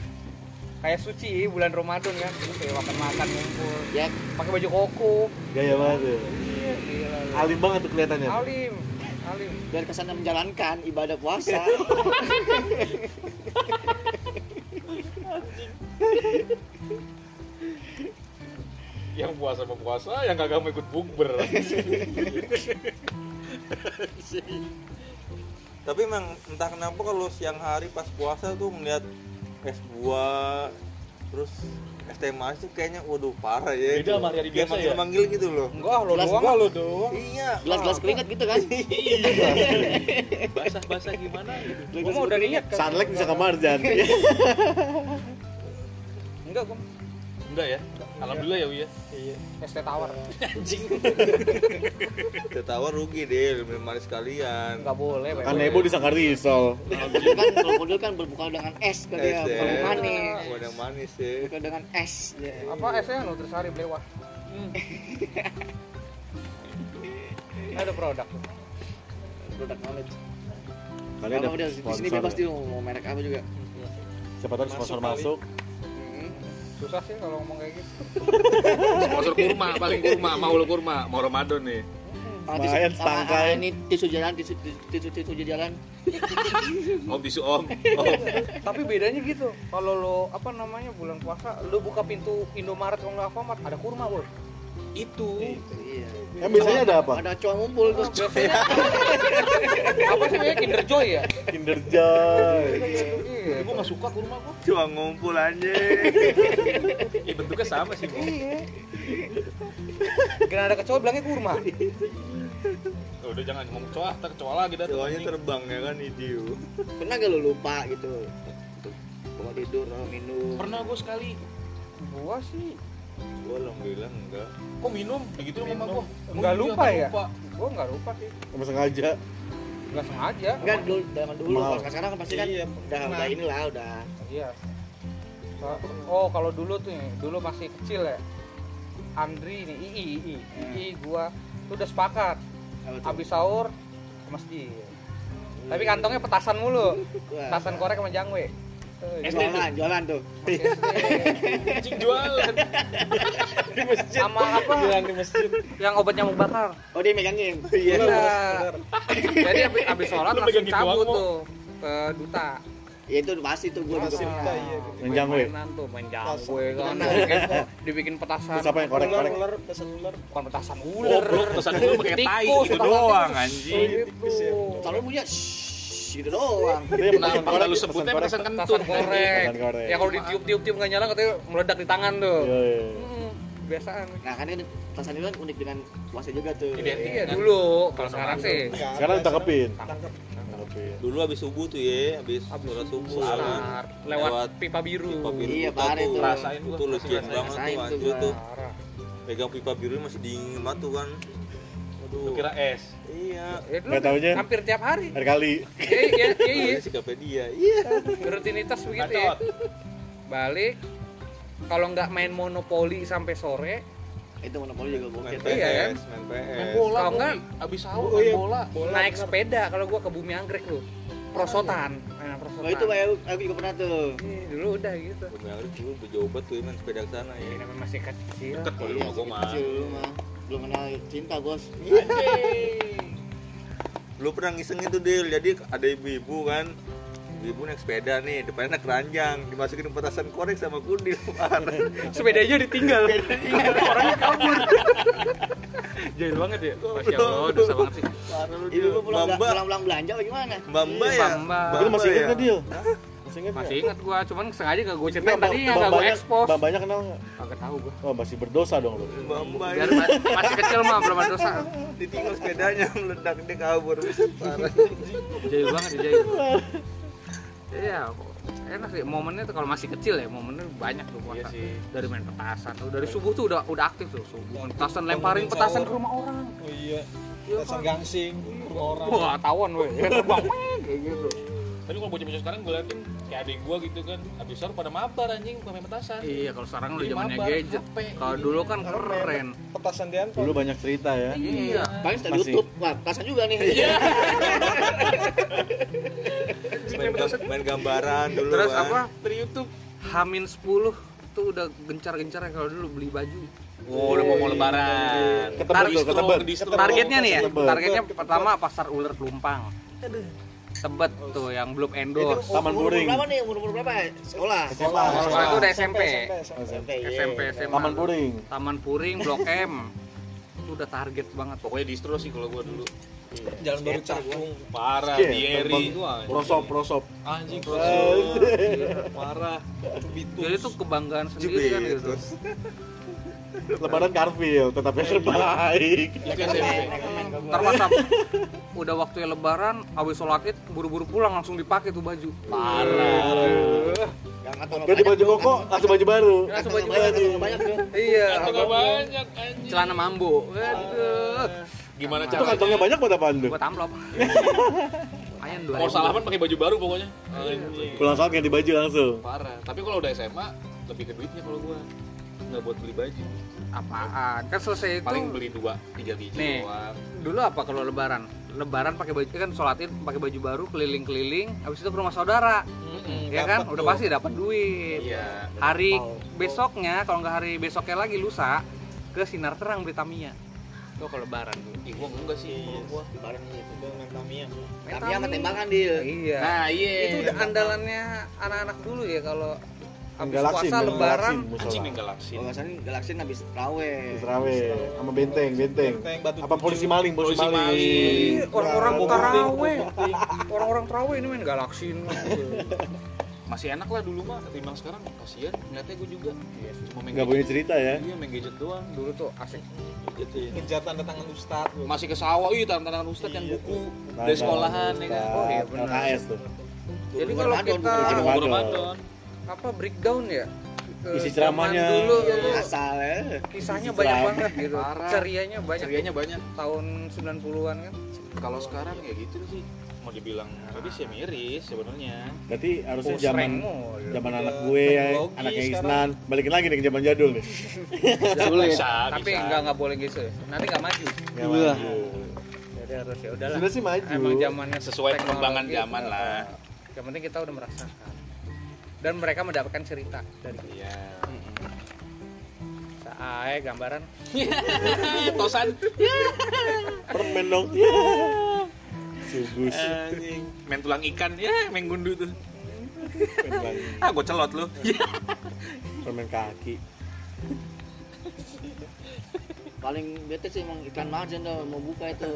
Speaker 6: kayak suci bulan Ramadan kan Lu kayak makan makan ngumpul
Speaker 1: Ya,
Speaker 6: pakai baju koko
Speaker 5: Gaya banget tuh.
Speaker 6: iya gila lu.
Speaker 5: Alim banget tuh kelihatannya.
Speaker 6: alim alim
Speaker 1: biar kesannya menjalankan ibadah puasa.
Speaker 2: Yang puasa sama puasa, yang kagak mau ikut bukber.
Speaker 4: Tapi emang entah kenapa kalau siang hari pas puasa tuh melihat es buah terus es teh manis tuh kayaknya waduh parah ya.
Speaker 2: Beda sama hari-hari
Speaker 4: Kayak
Speaker 2: biasa ya?
Speaker 4: manggil-manggil gitu loh.
Speaker 6: enggak lu
Speaker 1: Jelas
Speaker 6: doang
Speaker 1: gua
Speaker 6: lu
Speaker 4: Iya.
Speaker 1: Gelas-gelas keringat gitu kan.
Speaker 2: Basah-basah gimana gitu.
Speaker 6: gue mau udah niat kan.
Speaker 5: Sunlight bisa Iya. ke Marjan.
Speaker 6: enggak gue
Speaker 2: Enggak ya? Alhamdulillah ya, Wi ya.
Speaker 6: ST tawar
Speaker 2: Anjing.
Speaker 4: Ketawa rugi deh minum manis kalian.
Speaker 6: enggak boleh Pak.
Speaker 5: kan Nebo di Sanggar Risol.
Speaker 1: Dia kan kalau model kan berbuka dengan es kan dia,
Speaker 4: deh.
Speaker 1: bukan manis.
Speaker 4: Bukan yang manis ya.
Speaker 1: Buka dengan es. dia.
Speaker 6: apa anu, S nya nutrisari lewat (laughs) ada produk
Speaker 1: Product knowledge.
Speaker 5: Kali
Speaker 1: Kalau
Speaker 5: ada
Speaker 1: udah di sini
Speaker 5: sponsor.
Speaker 1: bebas
Speaker 5: ya?
Speaker 1: dia mau merek apa juga.
Speaker 5: Siapa tahu ada sponsor masuk.
Speaker 1: Hmm.
Speaker 6: susah sih kalau ngomong kayak gitu
Speaker 2: Sponsor kurma, paling kurma, mau lu kurma, mau Ramadan nih.
Speaker 1: Sama
Speaker 5: Lumayan
Speaker 1: tisu- sama,
Speaker 5: setangkai.
Speaker 1: ah, Ini tisu jalan, tisu tisu tisu tisu jalan.
Speaker 2: Om tisu om. Om.
Speaker 6: tapi bedanya gitu kalau lo apa namanya bulan puasa lo buka pintu Indomaret kalau nggak Alfamart ada kurma bol
Speaker 2: Itu.
Speaker 1: Iya.
Speaker 5: Yang biasanya ada apa?
Speaker 1: Ada cowok ngumpul tuh.
Speaker 6: biasanya apa sih namanya Kinder Joy ya
Speaker 5: Kinder Joy.
Speaker 6: iya
Speaker 2: Gue gak suka kurma gua.
Speaker 4: Cuma ngumpul
Speaker 2: (laughs)
Speaker 4: aja.
Speaker 2: Ya bentuknya sama sih, Ya Bro.
Speaker 6: karena ada kecoa bilangnya kurma
Speaker 2: Udah jangan ngomong kecoa, ntar kecoa lagi dah. tuh,
Speaker 4: Cowoknya
Speaker 2: anjing.
Speaker 4: terbang ya kan idiu.
Speaker 1: Pernah gak lo lupa gitu? bawa tidur sama minum
Speaker 2: pernah gue sekali
Speaker 6: Gua sih
Speaker 2: gue alhamdulillah enggak
Speaker 1: kok minum
Speaker 2: nah, gitu
Speaker 1: Minum.
Speaker 2: sama gue
Speaker 6: nggak lupa ya. Gua nggak lupa sih.
Speaker 5: Emang sengaja.
Speaker 6: Nggak sengaja.
Speaker 1: enggak dulu zaman dulu
Speaker 5: Mau.
Speaker 1: kalau sekarang kan pasti kan
Speaker 3: Iya,
Speaker 1: udah
Speaker 6: pernah.
Speaker 1: udah inilah udah
Speaker 6: Iya. So- Oh, kalau dulu tuh ya, dulu masih kecil ya. Andri nih, Ii, Ii, Ii gua tuh udah sepakat
Speaker 1: apa tuh?
Speaker 6: habis sahur ke masjid. Tapi kantongnya petasan mulu,
Speaker 1: Wah,
Speaker 6: petasan korek sama jangwe. Eh,
Speaker 2: SD tuh
Speaker 1: jualan jualan tuh
Speaker 6: masih SD.
Speaker 2: anjing jualan
Speaker 6: Sama apa?
Speaker 3: Jalan di masjid.
Speaker 6: Yang obat nyamuk bakar.
Speaker 1: oh dia megangin
Speaker 6: Iya. Jadi abis, abis sholat
Speaker 2: Lu
Speaker 6: langsung
Speaker 2: pegang gitu
Speaker 6: cabut
Speaker 2: doang,
Speaker 6: tuh ke duta.
Speaker 1: ya itu pasti tuh gue juga
Speaker 3: Masih duta, iya.
Speaker 5: Main jangwe.
Speaker 6: Mainan tuh, main jangwe gitu. (laughs) kan.
Speaker 1: Petasan.
Speaker 6: Dibikin, dibikin petasan.
Speaker 5: Terus apa yang korek
Speaker 3: Ular,
Speaker 5: korek?
Speaker 3: ular, pesan ular.
Speaker 6: Bukan petasan ular.
Speaker 2: goblok pesan gue pakai tai
Speaker 6: Tikus,
Speaker 2: gitu
Speaker 6: petasan
Speaker 2: doang
Speaker 6: tikus.
Speaker 2: anjing
Speaker 6: gitu.
Speaker 3: Tikus ya.
Speaker 1: kalau punya shhh, gitu doang
Speaker 5: Dia
Speaker 2: nah
Speaker 5: pesan
Speaker 2: kalau lu
Speaker 5: pesan
Speaker 2: sebutnya
Speaker 5: korek.
Speaker 2: pesan kan- kentut
Speaker 6: Petasan korek.
Speaker 5: Petasan korek.
Speaker 6: Ya kalau ditiup-tiup-tiup nggak nyala katanya meledak di tangan tuh.
Speaker 5: Iya, iya.
Speaker 6: Hmm, Biasaan.
Speaker 1: nah kan ini petasan itu kan unik dengan puasa juga tuh
Speaker 2: Identik.
Speaker 6: Iya
Speaker 2: Iya.
Speaker 6: dulu, kalau sekarang ya. sih.
Speaker 3: Nggak ada,
Speaker 5: Sekarang ditangkepin.
Speaker 3: Tangkep.
Speaker 5: Tangkepin.
Speaker 4: dulu habis subuh tuh ya habis
Speaker 6: Abis
Speaker 4: sholat subuh ya kan.
Speaker 6: Besar. Lewat
Speaker 4: Lewat
Speaker 6: pipa biru.
Speaker 4: pipa biru
Speaker 1: Iya,
Speaker 4: buta
Speaker 1: parah
Speaker 4: tuh
Speaker 1: itu.
Speaker 2: Rasain gua,
Speaker 4: itu legend
Speaker 2: rasain.
Speaker 4: banget
Speaker 1: Rasain
Speaker 4: tuh
Speaker 1: tuh
Speaker 4: anjir
Speaker 1: gua.
Speaker 4: tuh
Speaker 6: Parah.
Speaker 4: pegang pipa biru masih dingin banget tuh kan aduh
Speaker 2: lu kira es
Speaker 4: iya
Speaker 6: Ya dulu
Speaker 5: Nggak taunya.
Speaker 6: hampir tiap hari.
Speaker 5: Ada kali.
Speaker 6: Iya, iya, iya, iya.
Speaker 4: Ada Sikapedia iya
Speaker 6: Rutinitas begitu ya.
Speaker 2: bacot
Speaker 6: Balik kalau nggak main monopoli sampai sore,
Speaker 1: itu monopoli juga bokep
Speaker 4: main
Speaker 6: Iya, kan?
Speaker 4: PS main
Speaker 2: main
Speaker 4: PS
Speaker 2: bola
Speaker 6: Kalau
Speaker 2: Bung.
Speaker 6: enggak,
Speaker 2: abis sahur
Speaker 3: Oh, iya.
Speaker 2: main bola
Speaker 3: Bola,
Speaker 6: naik
Speaker 3: bener.
Speaker 6: sepeda kalau gua ke Bumi Anggrek lu. Prosotan. Nah, prosotan.
Speaker 1: oh itu
Speaker 5: ya?
Speaker 1: kayak aku juga pernah tuh
Speaker 6: Iya, dulu udah gitu.
Speaker 4: Gue bilang, dulu udah jauh banget tuh ya main sepeda ke sana
Speaker 6: Ini
Speaker 4: ya
Speaker 6: namanya masih kecil.
Speaker 2: deket kalau di
Speaker 1: Iya,
Speaker 2: rumah gue mah
Speaker 1: kecil dulu mah belum kenal cinta bos
Speaker 4: lu pernah ngisengin tuh Del jadi ada ibu-ibu kan ibu naik sepeda nih depannya naik keranjang dimasukin petasan korek sama kudil kemarin
Speaker 6: sepedanya (laughs) ditinggal orangnya kabur (laughs) jahil banget ya masya allah dosa banget sih
Speaker 1: ibu gua pulang
Speaker 4: Mbak.
Speaker 1: pulang pulang belanja bagaimana
Speaker 4: mbak mbak ya
Speaker 6: Mbak.
Speaker 5: Lu masih
Speaker 4: Mbak
Speaker 5: inget
Speaker 4: ya?
Speaker 5: nggak Dil? Masih inget
Speaker 6: masih ingat gua cuman sengaja gak gue ceritain
Speaker 5: Bang-
Speaker 6: tadi ya
Speaker 5: Bang
Speaker 6: gak gue
Speaker 5: Banyak-
Speaker 6: expose
Speaker 5: Bang banyak kenal nggak?
Speaker 6: kagak tahu gua
Speaker 5: Wah masih berdosa dong lu.
Speaker 4: mbak mbak
Speaker 6: biar
Speaker 4: ya.
Speaker 6: ma- masih kecil mah belum ada dosa
Speaker 4: ditinggal sepedanya meledak dia kabur parah
Speaker 6: jahil banget ya, jahil (laughs) iya enak sih momennya tuh kalau masih kecil ya momennya banyak tuh
Speaker 2: iya
Speaker 6: puasa
Speaker 2: sih
Speaker 6: dari main petasan tuh dari subuh tuh udah udah aktif tuh subuh main Iya, petasan lemparin
Speaker 3: bangunin
Speaker 6: petasan
Speaker 3: sahur.
Speaker 6: ke rumah orang
Speaker 3: Oh iya.
Speaker 6: Iya,
Speaker 3: Pesan
Speaker 6: kan?
Speaker 3: gangsing. Rumah orang.
Speaker 6: wah tawon (laughs) weh terbang kayak gitu
Speaker 2: tapi kalau bocah-bocah sekarang gue liatin kayak adik gue gitu kan abis sahur pada mabar anjing main petasan
Speaker 6: Iya, kalau sekarang udah
Speaker 2: Jadi
Speaker 6: zamannya
Speaker 2: mabar,
Speaker 6: gadget.
Speaker 2: HP.
Speaker 6: Kalau dulu kan
Speaker 3: Sekarang main
Speaker 6: keren.
Speaker 3: Petasan di handphone.
Speaker 5: Dulu banyak cerita ya.
Speaker 6: Iya.
Speaker 1: paling setelah
Speaker 5: Masih.
Speaker 1: YouTube wah petasan juga nih iya
Speaker 4: main, gam- main gambaran dulu
Speaker 6: Terus
Speaker 4: kan.
Speaker 6: apa? Dari YouTube Hamin 10 tuh udah gencar-gencar ya kalau dulu beli baju.
Speaker 2: Oh, udah mau mau lebaran.
Speaker 5: Ketebet
Speaker 2: Ke
Speaker 5: tuh,
Speaker 2: distro,
Speaker 5: ketebet.
Speaker 2: ke distro.
Speaker 6: Targetnya nih ya,
Speaker 5: Tebet.
Speaker 6: targetnya pertama pasar ular pelumpang. Tebet tuh yang belum endorse.
Speaker 5: Taman Puring.
Speaker 1: berapa nih umur umur berapa sekolah Iya.
Speaker 5: Sekolah.
Speaker 6: Sekolah itu udah SMP.
Speaker 5: SMP.
Speaker 1: SMP
Speaker 6: SMP, SMA.
Speaker 5: Taman Puring.
Speaker 6: Taman Puring, Blok M. Itu udah target banget pokoknya.
Speaker 2: Pokoknya distro sih kalau gue dulu.
Speaker 3: Jalan baru cakung.
Speaker 2: Parah,
Speaker 5: Oke,
Speaker 2: Dieri.
Speaker 5: terbang.
Speaker 2: Wah, anjing.
Speaker 5: Prosop, prosop.
Speaker 2: Anjing prosop. Parah.
Speaker 6: Jadi itu kebanggaan sendiri kan gitu.
Speaker 4: Jubitus.
Speaker 5: Lebaran Garfield tetap yang terbaik.
Speaker 1: Iya,
Speaker 2: Itu kan SMP.
Speaker 6: Ntar masa udah waktunya lebaran, abis sholat id buru-buru pulang langsung dipakai tuh baju. Parah.
Speaker 5: Ganti baju koko, langsung batu baru.
Speaker 6: Langsung
Speaker 1: Langsung
Speaker 6: baju
Speaker 1: banyak,
Speaker 6: baru.
Speaker 1: langsung banyak tuh.
Speaker 6: Iya.
Speaker 2: Atau gak Kan banyak anjing.
Speaker 6: Celana mambo. Aduh.
Speaker 2: Gimana
Speaker 5: Itu
Speaker 2: caranya?
Speaker 5: kantongnya banyak buat apaan tuh?
Speaker 6: Buat
Speaker 2: (laughs)
Speaker 6: amplop. Lumayan dua.
Speaker 2: Mau salaman pakai baju baru pokoknya.
Speaker 3: Iya,
Speaker 2: Anjing.
Speaker 5: Pulang sholat ganti baju langsung.
Speaker 2: Parah. Tapi kalau udah SMA lebih ke duitnya kalau gue nggak buat beli baju
Speaker 6: Apaan? Kan selesai itu.
Speaker 2: paling beli dua tiga biji
Speaker 6: Nih.
Speaker 2: doang
Speaker 6: Dulu apa kalau lebaran? Lebaran pakai baju kan sholatin pakai baju baru keliling-keliling, habis itu ke rumah saudara. ya kan? Udah pasti dapat duit.
Speaker 2: iya
Speaker 6: Hari besoknya kalau nggak hari besoknya lagi lusa ke sinar terang Britamia. Itu kalau lebaran.
Speaker 2: Ih, gua enggak sih kalau
Speaker 3: Iya.
Speaker 2: gua
Speaker 1: Bareng gitu
Speaker 3: Itu main Tamiya.
Speaker 1: Tapi sama tembakan deal.
Speaker 6: Iya.
Speaker 2: nah iya
Speaker 6: itu udah andalannya anak-anak dulu ya kalau habis
Speaker 5: Galaksin,
Speaker 6: puasa lebaran
Speaker 2: anjing nih galaksi
Speaker 1: Kalau misalnya galaksin habis terawih.
Speaker 5: Israwe sama benteng, benteng.
Speaker 3: Benteng, batu
Speaker 5: Apa polisi
Speaker 3: tujuh.
Speaker 5: maling, polisi
Speaker 2: Polisi maling.
Speaker 5: maling.
Speaker 6: Ih, orang-orang
Speaker 5: Nah,
Speaker 6: taraweh orang-orang taraweh ini main galaksin
Speaker 2: masih enak lah dulu mah ketimbang sekarang kasihan ngeliatnya gue juga
Speaker 6: Iya,
Speaker 2: cuma main
Speaker 5: Nggak
Speaker 2: gadget
Speaker 5: punya cerita ya.
Speaker 2: iya main gadget doang
Speaker 6: dulu tuh asik
Speaker 4: Gitu ya.
Speaker 3: Ngejar tanda tangan ustad.
Speaker 2: masih ke sawah iya tantangan ustad yang buku
Speaker 5: Nah,
Speaker 2: dari sekolahan ya kan
Speaker 5: nah,
Speaker 6: Oh, iya, benar.
Speaker 5: LKS tuh.
Speaker 6: jadi kalau
Speaker 1: Ramadan,
Speaker 6: kita
Speaker 1: bukan
Speaker 2: Ah, Buku
Speaker 5: Ramadan.
Speaker 2: Ramadan
Speaker 6: apa breakdown ya Ke
Speaker 5: Isi
Speaker 6: zaman
Speaker 5: ceramahnya.
Speaker 6: dulu
Speaker 5: Iya,
Speaker 6: dulu
Speaker 1: asal ya
Speaker 6: kisahnya
Speaker 5: Isi
Speaker 6: banyak
Speaker 5: ceramah.
Speaker 6: banget gitu
Speaker 4: Parah.
Speaker 6: cerianya banyak
Speaker 1: cerianya banyak
Speaker 6: tahun 90-an kan
Speaker 4: kalau sekarang ya gitu sih
Speaker 2: mau dibilang habis ya miris sebenarnya
Speaker 5: Berarti harusnya
Speaker 6: Oh,
Speaker 5: zaman
Speaker 6: sering mulu.
Speaker 5: zaman anak gue, ya,
Speaker 4: teknologi
Speaker 5: anaknya
Speaker 4: sekarang.
Speaker 5: Isnan, balikin lagi nih ke zaman jadul nih.
Speaker 1: sulit
Speaker 6: ya. tapi nggak nggak boleh gitu ya nanti nggak maju
Speaker 5: Ya,
Speaker 1: Wah.
Speaker 5: maju.
Speaker 6: jadi harus ya udahlah
Speaker 5: Sebenarnya sih maju.
Speaker 6: emang zamannya
Speaker 2: Sesuai
Speaker 6: teknologi
Speaker 2: perkembangan
Speaker 6: itu
Speaker 2: zaman
Speaker 6: apa.
Speaker 2: lah.
Speaker 6: yang penting kita udah merasakan dan mereka mendapatkan cerita dari kita
Speaker 2: iya
Speaker 6: Ae, gambaran
Speaker 2: Eh, tosan Ya.
Speaker 5: Permen dong. Sugus.
Speaker 2: anjing main tulang ikan ya main gundu tuh
Speaker 5: Permen lagi.
Speaker 2: ah gue celot lu
Speaker 5: Permen kaki.
Speaker 1: paling bete sih emang ikan marjan tuh mau buka itu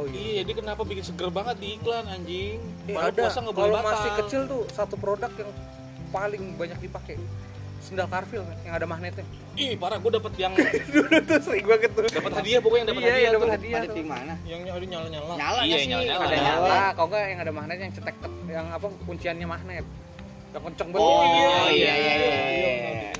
Speaker 6: oh iya
Speaker 2: iya jadi kenapa bikin seger banget di iklan anjing
Speaker 6: Eh,
Speaker 2: Padahal
Speaker 6: ada
Speaker 2: puasa nggak boleh
Speaker 6: kalau
Speaker 2: batal.
Speaker 6: masih kecil tuh satu produk yang paling banyak dipakai sendal karfil kan, yang ada magnetnya (laughs)
Speaker 2: ih parah gue dapet yang
Speaker 6: dulu tuh sering banget tuh
Speaker 2: dapat hadiah pokoknya yang dapat
Speaker 6: Iya,
Speaker 2: hadiah
Speaker 6: yang dapet
Speaker 2: tuh
Speaker 6: hadiah
Speaker 1: Ada
Speaker 6: tuh.
Speaker 1: di mana
Speaker 3: yang ada nyala nyala
Speaker 1: nyala
Speaker 2: Iya,
Speaker 1: nggak sih
Speaker 2: nyala-nyala.
Speaker 1: ada
Speaker 6: ada
Speaker 1: nyala,
Speaker 6: nyala kalau nggak yang ada magnetnya yang cetek tek yang apa kunciannya magnet yang kenceng banget
Speaker 1: oh
Speaker 6: Iya.
Speaker 1: iya iya iya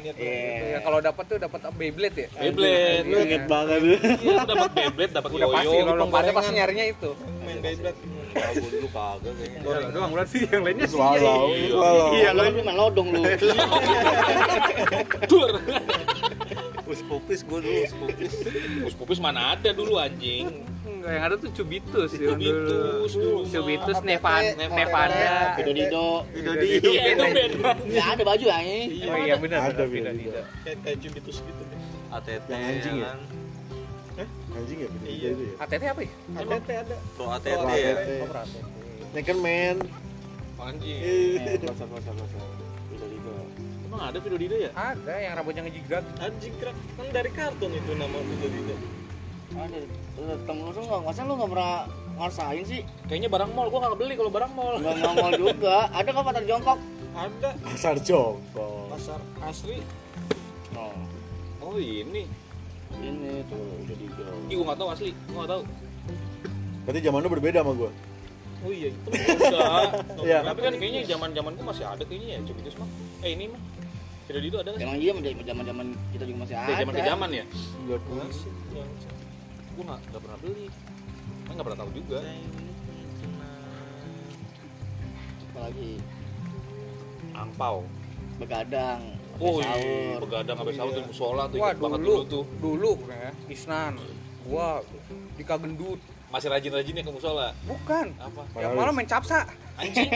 Speaker 3: Iya.
Speaker 1: Iya.
Speaker 6: Ya, kalau dapat tuh dapat Beyblade ya
Speaker 2: Beyblade
Speaker 5: Lu inget banget.
Speaker 2: iya gue dapat Beyblade dapat
Speaker 6: udah pasti
Speaker 2: yoyo
Speaker 6: kalau pada pasti nyarinya itu
Speaker 5: Iya,
Speaker 3: main Beyblade
Speaker 4: kalau gue dulu kagak kayaknya
Speaker 6: goreng Iya, doang bulan sih yang lainnya sih
Speaker 5: Swallow, swallow.
Speaker 1: iya
Speaker 6: kan?
Speaker 1: lu ini main lodong lu
Speaker 2: dur
Speaker 4: us pupis gue dulu us pupis
Speaker 2: pupus pupus mana ada dulu anjing
Speaker 6: Enggak, yang ada tuh cubitus zaman dulu
Speaker 2: cubitus dulu
Speaker 6: cubitus
Speaker 3: Apa
Speaker 6: Nevada
Speaker 3: teh?
Speaker 6: Nevada
Speaker 1: dido dido
Speaker 5: Didodi.
Speaker 2: iya itu beda
Speaker 1: nggak ada baju ya ini
Speaker 6: oh iya benar
Speaker 5: Ada beda.
Speaker 6: benar, beda.
Speaker 3: kayak kayak jubitus gitu deh
Speaker 4: ATT
Speaker 5: Yang anjing ya?
Speaker 4: kan?
Speaker 5: Anjing ya begitu
Speaker 3: Iya.
Speaker 5: itu ya.
Speaker 6: ATT apa ya
Speaker 3: ada teh ada
Speaker 4: pro
Speaker 3: Pro
Speaker 4: ATT ya
Speaker 3: ATT.
Speaker 5: Eh,
Speaker 6: Oh, ATT.
Speaker 5: Naked man.
Speaker 4: anjing
Speaker 5: Eh, pasar pasar pasar. Udah gitu.
Speaker 2: emang ada video Dida ya
Speaker 6: ada yang rambutnya ngejigak
Speaker 3: anjing kerak kan dari kartun itu nama itu itu
Speaker 1: ada ketemu lu nggak masa lu nggak pernah ngerasain sih
Speaker 2: kayaknya barang mall gue nggak beli kalau barang mall
Speaker 1: nggak ngomong juga ada kok pasar jongkok
Speaker 3: ada
Speaker 5: Pasar jongkok.
Speaker 3: pasar asri
Speaker 1: oh
Speaker 2: oh ini
Speaker 1: ini tuh udah dido
Speaker 2: Ih, gue nggak tahu asli gue
Speaker 6: (laughs)
Speaker 2: nggak tahu
Speaker 5: Berarti zaman lu berbeda sama gua.
Speaker 3: oh iya itu
Speaker 2: enggak
Speaker 5: Iya.
Speaker 2: tapi kan kayaknya zaman zaman gue masih ada kayaknya ya cubitus mah eh ini mah video Dida ada nggak sih
Speaker 1: jangan iya zaman zaman kita juga masih ada
Speaker 2: dari zaman ke zaman ya
Speaker 5: Enggak
Speaker 3: masih yang
Speaker 2: gue nggak nggak pernah beli Kan nggak pernah tahu juga
Speaker 1: apalagi
Speaker 2: angpau
Speaker 1: begadang
Speaker 2: oh
Speaker 1: sahur.
Speaker 2: begadang habis sahur di musola tuh
Speaker 6: wah
Speaker 2: inget banget dulu tuh
Speaker 6: dulu dulu ya Isnan gua di Kagendut
Speaker 2: masih rajin-rajinnya ke musola
Speaker 6: bukan
Speaker 2: apa
Speaker 6: yang malah main capsa (laughs)
Speaker 2: anjing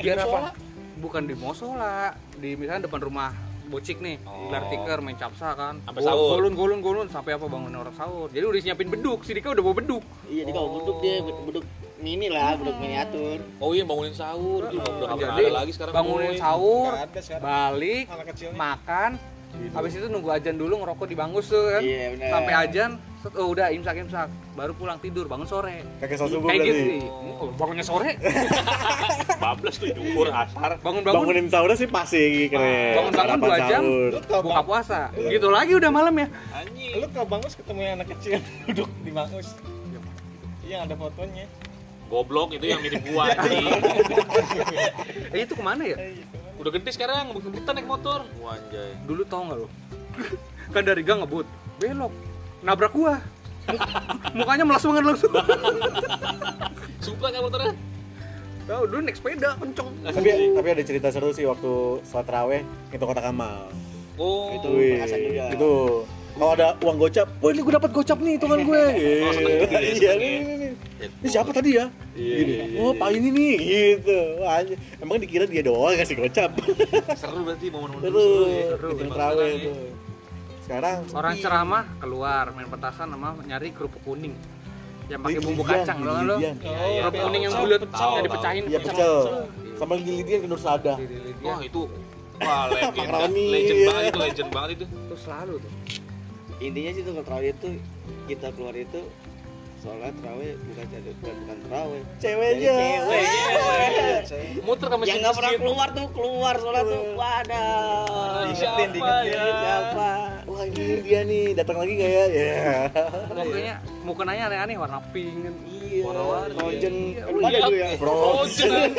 Speaker 6: biar
Speaker 2: musola?
Speaker 6: apa bukan di musola di misalnya depan rumah bocik nih
Speaker 2: Oh.
Speaker 6: gelar tikar main capsa kan
Speaker 2: Sampai
Speaker 6: Gol-
Speaker 2: sahur.
Speaker 6: golun golun golun sampai apa bangunin orang sahur jadi udah siapin beduk si Dika udah bawa beduk
Speaker 1: iya jadi kalau beduk dia
Speaker 5: Oh.
Speaker 1: beduk mini lah
Speaker 5: Ah.
Speaker 1: beduk miniatur
Speaker 2: oh iya bangunin sahur itu udah nggak pernah
Speaker 6: Jadi,
Speaker 2: ada lagi sekarang
Speaker 6: bangunin
Speaker 2: Boy.
Speaker 6: sahur
Speaker 3: nggak ada sekarang
Speaker 6: balik
Speaker 3: anak kecilnya
Speaker 6: makan habis itu nunggu ajan dulu ngerokok di bangus tuh kan
Speaker 1: Iya, bener.
Speaker 6: sampai ajan set, oh udah imsak imsak baru pulang tidur bangun sore
Speaker 5: Kakek sasubu
Speaker 6: kayak gitu
Speaker 5: berarti.
Speaker 6: Oh, bangunnya sore
Speaker 2: bablas tuh duhur asar
Speaker 6: bangun bangun
Speaker 5: Bangunin sahurnya sih pasti keren.
Speaker 6: Bangun-bangun dua
Speaker 5: Sarapan
Speaker 6: jam.
Speaker 5: sahur.
Speaker 6: buka puasa gitu lagi udah malam ya
Speaker 2: anjing
Speaker 3: lu ke bangus ketemu yang anak kecil (laughs) duduk di bangus iya ada fotonya
Speaker 2: goblok itu yang mirip gua anjing
Speaker 6: (laughs) eh, itu kemana ya
Speaker 3: Eh, gitu.
Speaker 2: udah gede sekarang ngebut-ngebutan naik motor
Speaker 4: Wah, anjay
Speaker 6: dulu tau nggak lo kan dari gang ngebut belok nabrak gua mukanya melas banget langsung
Speaker 2: supra kan motornya
Speaker 6: tau dulu naik sepeda kenceng
Speaker 5: Tapi tapi ada cerita seru sih waktu sholat raweh itu kota Kamal.
Speaker 2: oh
Speaker 1: Itu
Speaker 5: Wih,
Speaker 1: perasaan juga.
Speaker 5: itu kalau ada uang gocap, wah ini gue dapat gocap nih hitungan gue. Gitu. Iya, ini, ini, ini. Ini siapa tadi ya? Gini. Oh, Pak ini nih gitu. Wah, anj- emang dikira dia doang yang kasih gocap.
Speaker 2: seru berarti momen-momen
Speaker 5: (laughs) Terus
Speaker 2: dulu seru ya
Speaker 5: bikin
Speaker 2: Dibanding
Speaker 5: terawih
Speaker 2: sekarang ya.
Speaker 5: itu. Sekarang
Speaker 6: orang
Speaker 5: sepi.
Speaker 6: ceramah keluar main petasan sama nyari kerupuk kuning yang pakai
Speaker 5: Ini
Speaker 6: bumbu
Speaker 5: gilidian,
Speaker 6: kacang lo kan lo
Speaker 5: gilidian.
Speaker 2: Iya, iya,
Speaker 6: kerupuk
Speaker 2: tahu,
Speaker 6: kuning yang
Speaker 2: tahu,
Speaker 6: bulat
Speaker 2: tahu,
Speaker 6: yang
Speaker 2: tahu.
Speaker 6: dipecahin
Speaker 5: Iya, pecel. Sama gilidian ke Nur Sada.
Speaker 2: wah itu wah legend
Speaker 5: Makaroni.
Speaker 2: legend banget itu legend banget itu
Speaker 6: itu selalu tuh
Speaker 1: intinya sih tuh kalau terawih itu kita keluar itu sholat terawih bukan jadi- bukan bukan terawih
Speaker 5: Ceweknya.
Speaker 1: cewek
Speaker 5: Iya,
Speaker 3: Eh,
Speaker 2: muter ke
Speaker 1: yang
Speaker 2: mesin
Speaker 1: nggak
Speaker 6: Iya.
Speaker 1: pernah keluar tuh keluar sholat tuh wadah
Speaker 2: Siapa ya?
Speaker 1: siapa wah
Speaker 5: wah ini dia nih datang lagi nggak ya (laughs) ya
Speaker 6: mukanya mukanya aneh-aneh warna pink kan
Speaker 1: Iya.
Speaker 6: warna-warna
Speaker 5: Frozen
Speaker 6: Iya,
Speaker 1: Belum ada dulu ya.
Speaker 5: Frozen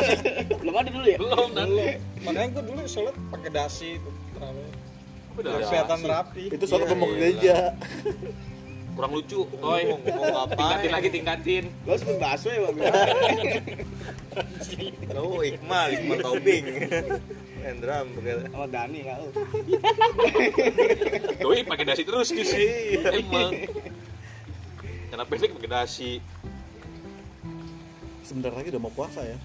Speaker 1: Belum ada dulu ya.
Speaker 2: belum nanti
Speaker 3: makanya gue dulu sholat pakai dasi itu terawih.
Speaker 2: udah
Speaker 3: Biar kelihatan rapi
Speaker 5: itu soal
Speaker 4: Iya,
Speaker 5: pemok
Speaker 4: iya.
Speaker 5: gereja
Speaker 2: kurang lucu oi
Speaker 4: Mau ngomong apa?
Speaker 2: tingkatin lagi tingkatin
Speaker 1: Gua sempet bakso ya, Bang.
Speaker 4: Lo Iqmal, Iqmal Taubing. (laughs) Main drum berkata.
Speaker 1: Sama Dani lah.
Speaker 2: doi pakai dasi terus Kis. emang karena pendek pakai dasi
Speaker 5: sebentar lagi udah mau puasa ya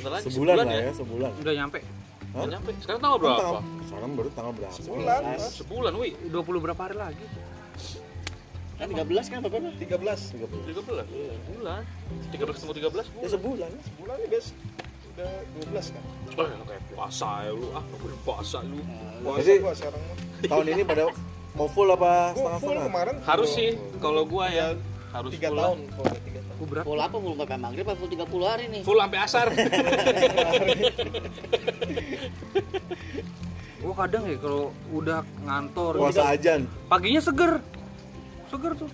Speaker 2: bentar lagi
Speaker 5: sebulan lah ya sebulan
Speaker 6: udah nyampe
Speaker 5: Hah?
Speaker 2: Nggak nyampe sekarang tanggal
Speaker 5: Kan
Speaker 2: berapa
Speaker 5: tanggal- sekarang baru tanggal berapa
Speaker 3: bulan
Speaker 2: sebulan wi
Speaker 6: 20 berapa hari lagi
Speaker 1: Kan 13 kan Bapak?
Speaker 3: 13
Speaker 5: tiga bulan
Speaker 2: 13 bulan 13 ketemu 13
Speaker 5: ya
Speaker 2: bulan
Speaker 5: sebulan
Speaker 3: bulan nih guys udah 12 kan
Speaker 2: Eh, kayak puasa ya lu ah aku udah puasa
Speaker 5: Oh.
Speaker 2: lu
Speaker 3: puasa
Speaker 5: Jadi-
Speaker 3: gua sekarang mah.
Speaker 5: tahun ini pada mau full apa
Speaker 3: gua
Speaker 5: setengah
Speaker 3: full
Speaker 5: setengah
Speaker 3: kemarin
Speaker 2: harus
Speaker 3: full.
Speaker 2: sih kalau gua
Speaker 5: Iya.
Speaker 2: ya harus
Speaker 3: tiga
Speaker 2: full
Speaker 3: tahun full tiga tahun
Speaker 6: aku berat
Speaker 1: Full apa full sampai maghrib apa full 30 hari nih?
Speaker 2: full sampai
Speaker 5: (laughs)
Speaker 2: asar
Speaker 6: gua kadang ya kalau udah ngantor
Speaker 5: puasa
Speaker 6: gitu,
Speaker 5: ajan
Speaker 6: paginya seger seger tuh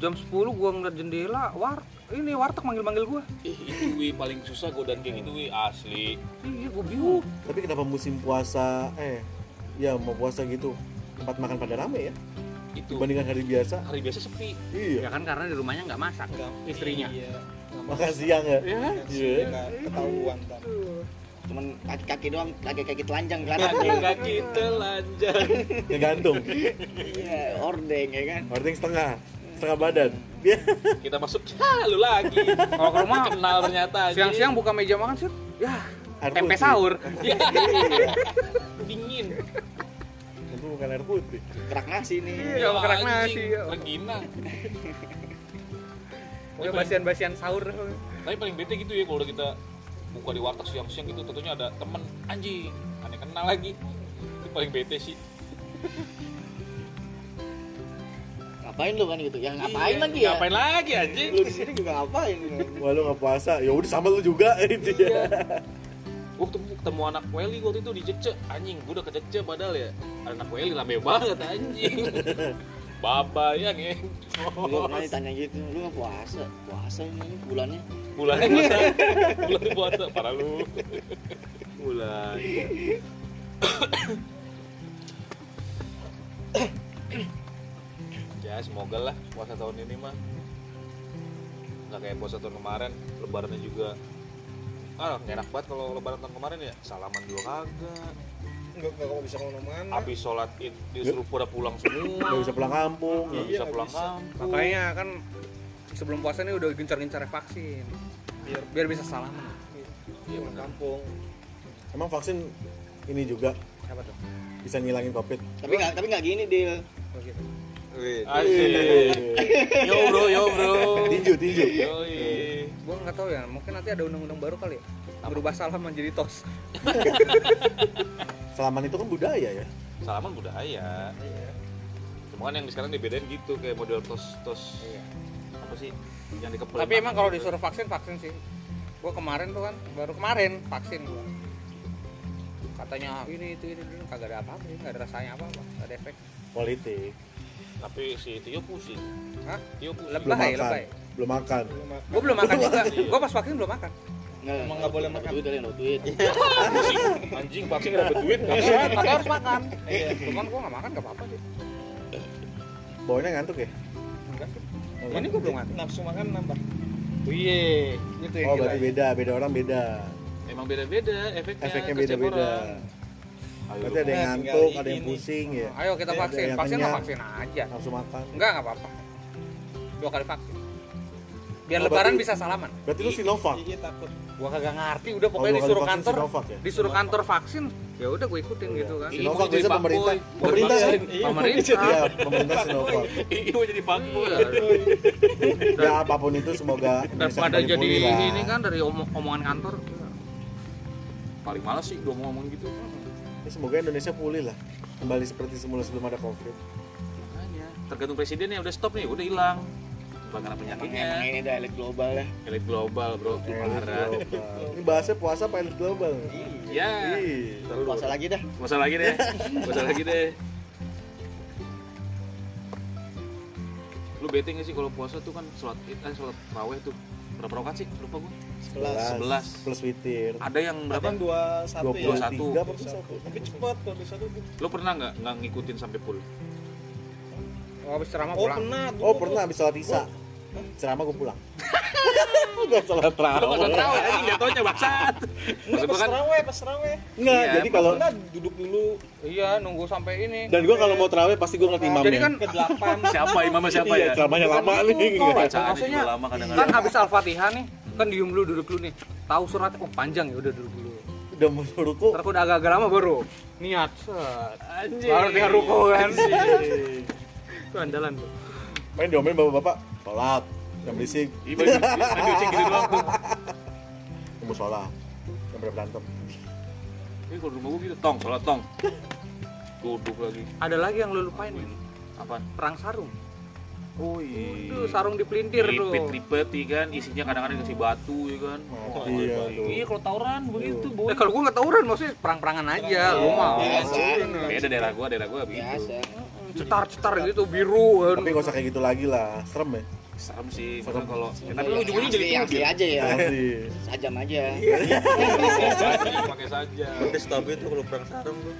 Speaker 6: jam 10 gua ngeliat jendela war ini warteg manggil-manggil gua
Speaker 2: Ih, itu wi paling susah godaan kayak gitu wi asli
Speaker 6: iya gua bingung
Speaker 5: tapi kenapa musim puasa eh ya mau puasa gitu tempat makan pada rame ya
Speaker 2: itu
Speaker 5: dibandingkan hari biasa
Speaker 2: hari biasa sepi
Speaker 5: iya
Speaker 6: ya kan karena di rumahnya nggak masak istrinya
Speaker 3: iya
Speaker 5: makan siang ya
Speaker 3: iya nggak ketahuan kan
Speaker 1: Cuman kaki-kaki doang, kaki-kaki telanjang
Speaker 2: kaki
Speaker 1: kelihatan.
Speaker 2: kaki telanjang
Speaker 5: ya gantung
Speaker 1: Iya, ordeng ya kan.
Speaker 5: ordeng setengah setengah badan Iya.
Speaker 2: kita masuk (laughs) ya, lu lagi
Speaker 6: kalau ke rumah
Speaker 2: kenal ternyata anjing.
Speaker 6: siang-siang buka meja makan sih ya
Speaker 5: Air
Speaker 6: tempe
Speaker 5: putih.
Speaker 6: sahur
Speaker 2: Iya. dingin
Speaker 5: itu bukan air putih
Speaker 1: Kerak nasi nih.
Speaker 6: Iya,
Speaker 2: Wah,
Speaker 6: kerak
Speaker 2: anjing,
Speaker 6: nasi, iya. (laughs)
Speaker 2: rengginang
Speaker 6: ya basian-basian sahur
Speaker 2: tapi paling bete gitu ya kalau udah kita buka di warteg siang-siang gitu tentunya ada temen anjing aneh kenal lagi itu paling bete sih
Speaker 1: Ngapain lu kan gitu? Ya ngapain
Speaker 2: Iya,
Speaker 1: lagi ya?
Speaker 2: ngapain lagi anjing
Speaker 1: Lu di sini juga ngapain?
Speaker 5: Wah lu nggak puasa, ya udah sama lu juga (laughs) itu ya.
Speaker 2: gue ketemu, ketemu anak Weli waktu itu di Jece anjing gue udah ke Jece padahal ya anak Weli rame banget anjing
Speaker 1: (laughs)
Speaker 2: Baba ya ngeng
Speaker 1: Lu pernah ditanya gitu, lu nggak puasa? Puasa ini bulannya.
Speaker 2: bulan puasa bulan puasa parah lu bulan ya semoga lah puasa tahun ini mah nggak kayak puasa tahun kemarin lebarannya juga ah nggak enak banget kalau lebaran tahun kemarin ya salaman juga kagak
Speaker 3: nggak nggak bisa kemana-mana
Speaker 2: habis sholat id disuruh pura pulang
Speaker 5: Gak
Speaker 2: semua
Speaker 5: bisa pulang kampung.
Speaker 2: nggak
Speaker 3: Iya,
Speaker 2: bisa
Speaker 3: nggak
Speaker 2: pulang
Speaker 3: bisa.
Speaker 2: kampung
Speaker 6: makanya kan sebelum puasa ini udah gencar-gencar vaksin
Speaker 3: biar
Speaker 6: biar bisa salaman
Speaker 3: biar kampung
Speaker 5: Emang vaksin ini juga
Speaker 6: apa tuh
Speaker 5: bisa ngilangin covid.
Speaker 1: Tapi nggak, tapi nggak gini deal.
Speaker 6: begitu
Speaker 4: Wih,
Speaker 2: Ah. Asik. yo bro yo bro
Speaker 5: tinju tinju.
Speaker 2: Yoi.
Speaker 6: gua nggak tahu ya mungkin nanti ada undang-undang baru kali ya berubah salaman jadi tos
Speaker 5: Salaman itu kan budaya ya.
Speaker 2: salaman budaya
Speaker 5: Iya.
Speaker 2: cuma kan yang sekarang dibedain gitu kayak model tos tos
Speaker 5: Iya.
Speaker 2: apa sih yang dikepelin
Speaker 6: tapi
Speaker 2: tangan
Speaker 6: emang kalau
Speaker 2: gitu.
Speaker 6: disuruh vaksin vaksin sih gua kemarin tuh kan baru kemarin vaksin gua katanya ini itu ini, ini. kagak ada apa-apa sih, nggak ada rasanya apa-apa nggak ada efek
Speaker 5: Politik.
Speaker 2: tapi si Tio pusing
Speaker 6: Hah?
Speaker 2: Tio pusing
Speaker 6: Lebah. Lebay,
Speaker 5: makan.
Speaker 6: lebay.
Speaker 5: Belum makan.
Speaker 3: Belum makan.
Speaker 6: gua belum makan juga gua pas vaksin belum makan
Speaker 1: Emang
Speaker 3: nggak boleh makan?
Speaker 1: Duit dari duit.
Speaker 2: pusing anjing vaksin nggak dapat duit nggak
Speaker 6: Iya, tapi harus makan cuman gua nggak makan nggak apa-apa sih
Speaker 5: Bawahnya ngantuk ya.
Speaker 3: Enggak.
Speaker 5: Oh,
Speaker 6: ini gua belum makan
Speaker 3: nafsu makan nambah Gitu
Speaker 6: Iya, itu yang
Speaker 5: Oh
Speaker 6: gila.
Speaker 5: berarti beda, beda orang beda.
Speaker 2: emang beda beda
Speaker 6: Ya,
Speaker 2: efeknya
Speaker 5: Efeknya
Speaker 2: ke
Speaker 5: beda
Speaker 2: setiap (laughs)
Speaker 5: beda.
Speaker 2: orang. Ayo,
Speaker 5: Berarti
Speaker 6: eh,
Speaker 5: ada
Speaker 3: Nah,
Speaker 5: yang
Speaker 3: tinggal
Speaker 5: ngantuk, ada yang
Speaker 3: ini.
Speaker 5: pusing ya.
Speaker 6: Ayo kita
Speaker 5: Ada
Speaker 6: vaksin,
Speaker 5: yang
Speaker 6: vaksin
Speaker 5: kenyang.
Speaker 6: mah vaksin aja.
Speaker 5: Langsung makan.
Speaker 6: Enggak enggak apa-apa. Dua kali vaksin. Biar
Speaker 5: Oh,
Speaker 6: lebaran
Speaker 5: berarti-
Speaker 6: bisa salaman.
Speaker 5: Berarti lu Sinovac.
Speaker 3: gigi Iya, takut
Speaker 6: Gua kagak ngerti, udah
Speaker 5: Oh, dua
Speaker 6: pokoknya
Speaker 5: kali
Speaker 6: disuruh
Speaker 5: vaksin
Speaker 6: kantor,
Speaker 5: Sinovac ya?
Speaker 6: disuruh kantor vaksin. Ya udah gue ikutin gitu kan.
Speaker 2: Ih,
Speaker 5: Iya. Sinovac
Speaker 2: mau jadi
Speaker 5: biasa
Speaker 2: fuckboy.
Speaker 5: pemerintah.
Speaker 2: Buat
Speaker 5: Pemerintah ya.
Speaker 2: vaksin.
Speaker 3: Iya,
Speaker 5: Iya,
Speaker 6: Pemerintah.
Speaker 5: pemerintah Sinovac.
Speaker 2: Ih, mau jadi fuckboy
Speaker 6: Iya.
Speaker 5: Ya apapun itu semoga Indonesia
Speaker 6: Daripada
Speaker 5: kembali
Speaker 6: jadi
Speaker 5: pulih lah.
Speaker 6: ini kan dari omo- omongan kantor.
Speaker 2: paling males sih gua mau ngomong gitu
Speaker 5: Ya, semoga Indonesia pulih lah. Kembali seperti semula sebelum ada covid.
Speaker 2: makanya tergantung presidennya udah stop nih udah hilang bukan karena
Speaker 1: Emang
Speaker 2: penyakitnya
Speaker 1: emang ini udah elit global ya.
Speaker 2: elit global bro
Speaker 5: Elit
Speaker 2: parah
Speaker 5: global. Ini bahasnya puasa apa elit global?
Speaker 2: ya
Speaker 5: Ih,
Speaker 1: Puasa lagi dah.
Speaker 2: Masa lagi deh, masa lagi deh. lu bete gak sih kalau puasa tuh kan sholat id eh sholat raweh tuh berapa rakaat sih lupa gua Sebelas.
Speaker 5: plus witir
Speaker 2: ada yang berapa
Speaker 3: Berapa? Dua satu ya.
Speaker 2: 21.
Speaker 5: tiga apa plus satu
Speaker 3: Tapi cepat kalau di satu. tuh.
Speaker 2: lu pernah nggak nggak ngikutin sampai full
Speaker 6: Oh, habis ceramah
Speaker 3: Oh
Speaker 6: pulang.
Speaker 3: pernah. tuh.
Speaker 5: oh pernah habis sholat isya ceramah gue pulang Gak sholat
Speaker 2: lu nggak
Speaker 5: terawih
Speaker 2: tahu anjing jatuhnya bangsat
Speaker 3: Enggak
Speaker 2: maksud
Speaker 3: pas
Speaker 2: gua kan
Speaker 3: terawih, pas terawih.
Speaker 5: Enggak,
Speaker 2: Iya,
Speaker 5: jadi
Speaker 2: emang
Speaker 5: kalau
Speaker 3: Pernah duduk dulu
Speaker 6: Iya, nunggu sampai ini.
Speaker 5: dan gue kalau mau terawih pasti gue ngeliat imamnya.
Speaker 6: Jadi kan
Speaker 3: ke
Speaker 6: (laughs)
Speaker 3: delapan.
Speaker 2: siapa imamnya siapa
Speaker 5: iya,
Speaker 2: ya
Speaker 5: ceramahnya lama
Speaker 6: Bukan
Speaker 5: nih.
Speaker 6: itu, kawan.
Speaker 2: bacaannya
Speaker 6: Kan Maksudnya,
Speaker 2: juga lama kadang-kadang
Speaker 6: kan habis Al-Fatihah nih, kan diem dulu duduk dulu nih. Tahu surat oh panjang ya udah duduk dulu.
Speaker 5: Udah menurutku
Speaker 6: Ntar aku udah agak-agak lama baru niat. set.
Speaker 2: anjing
Speaker 6: Baru dia ruko kan. (laughs) Itu andalan tuh.
Speaker 5: main diomelin bapak-bapak sholat yang berisik
Speaker 2: Iya, baju baju cing gitu doang tuh.
Speaker 5: yang mau sholat yang pada berantem
Speaker 2: Ini kalau di rumah gua gitu tong, sholat tong. Duduk lagi.
Speaker 6: Ada lagi yang lu lupain nih,
Speaker 2: Apaan?
Speaker 6: perang sarung.
Speaker 2: Oh
Speaker 6: Itu sarung dipelintir tuh.
Speaker 2: Lipet-lipet ya kan, isinya kadang-kadang dikasih batu ya kan.
Speaker 5: mati
Speaker 2: Iya,
Speaker 5: ya tuh
Speaker 2: Iya, kalau tawuran begitu, boy.
Speaker 6: Eh, kalau gua nggak tawuran maksudnya perang-perangan aja, gua mau.
Speaker 2: Iya,
Speaker 1: biasa
Speaker 2: Beda daerah gua, daerah gua begitu.
Speaker 1: biasa
Speaker 6: Cetar-cetar gitu biru.
Speaker 5: tapi gak usah kayak gitu lagi lah serem ya
Speaker 2: Serem sih,
Speaker 5: Serem.
Speaker 2: maksudnya kalau ya, tapi lu ujung-ujungnya jadi
Speaker 1: Asli- asli
Speaker 2: mobil.
Speaker 1: aja
Speaker 5: (laughs)
Speaker 1: ya
Speaker 5: asli
Speaker 1: sajam aja
Speaker 2: iya. Pakai saja.
Speaker 4: pedes tapi tuh kalau perang sarung tuh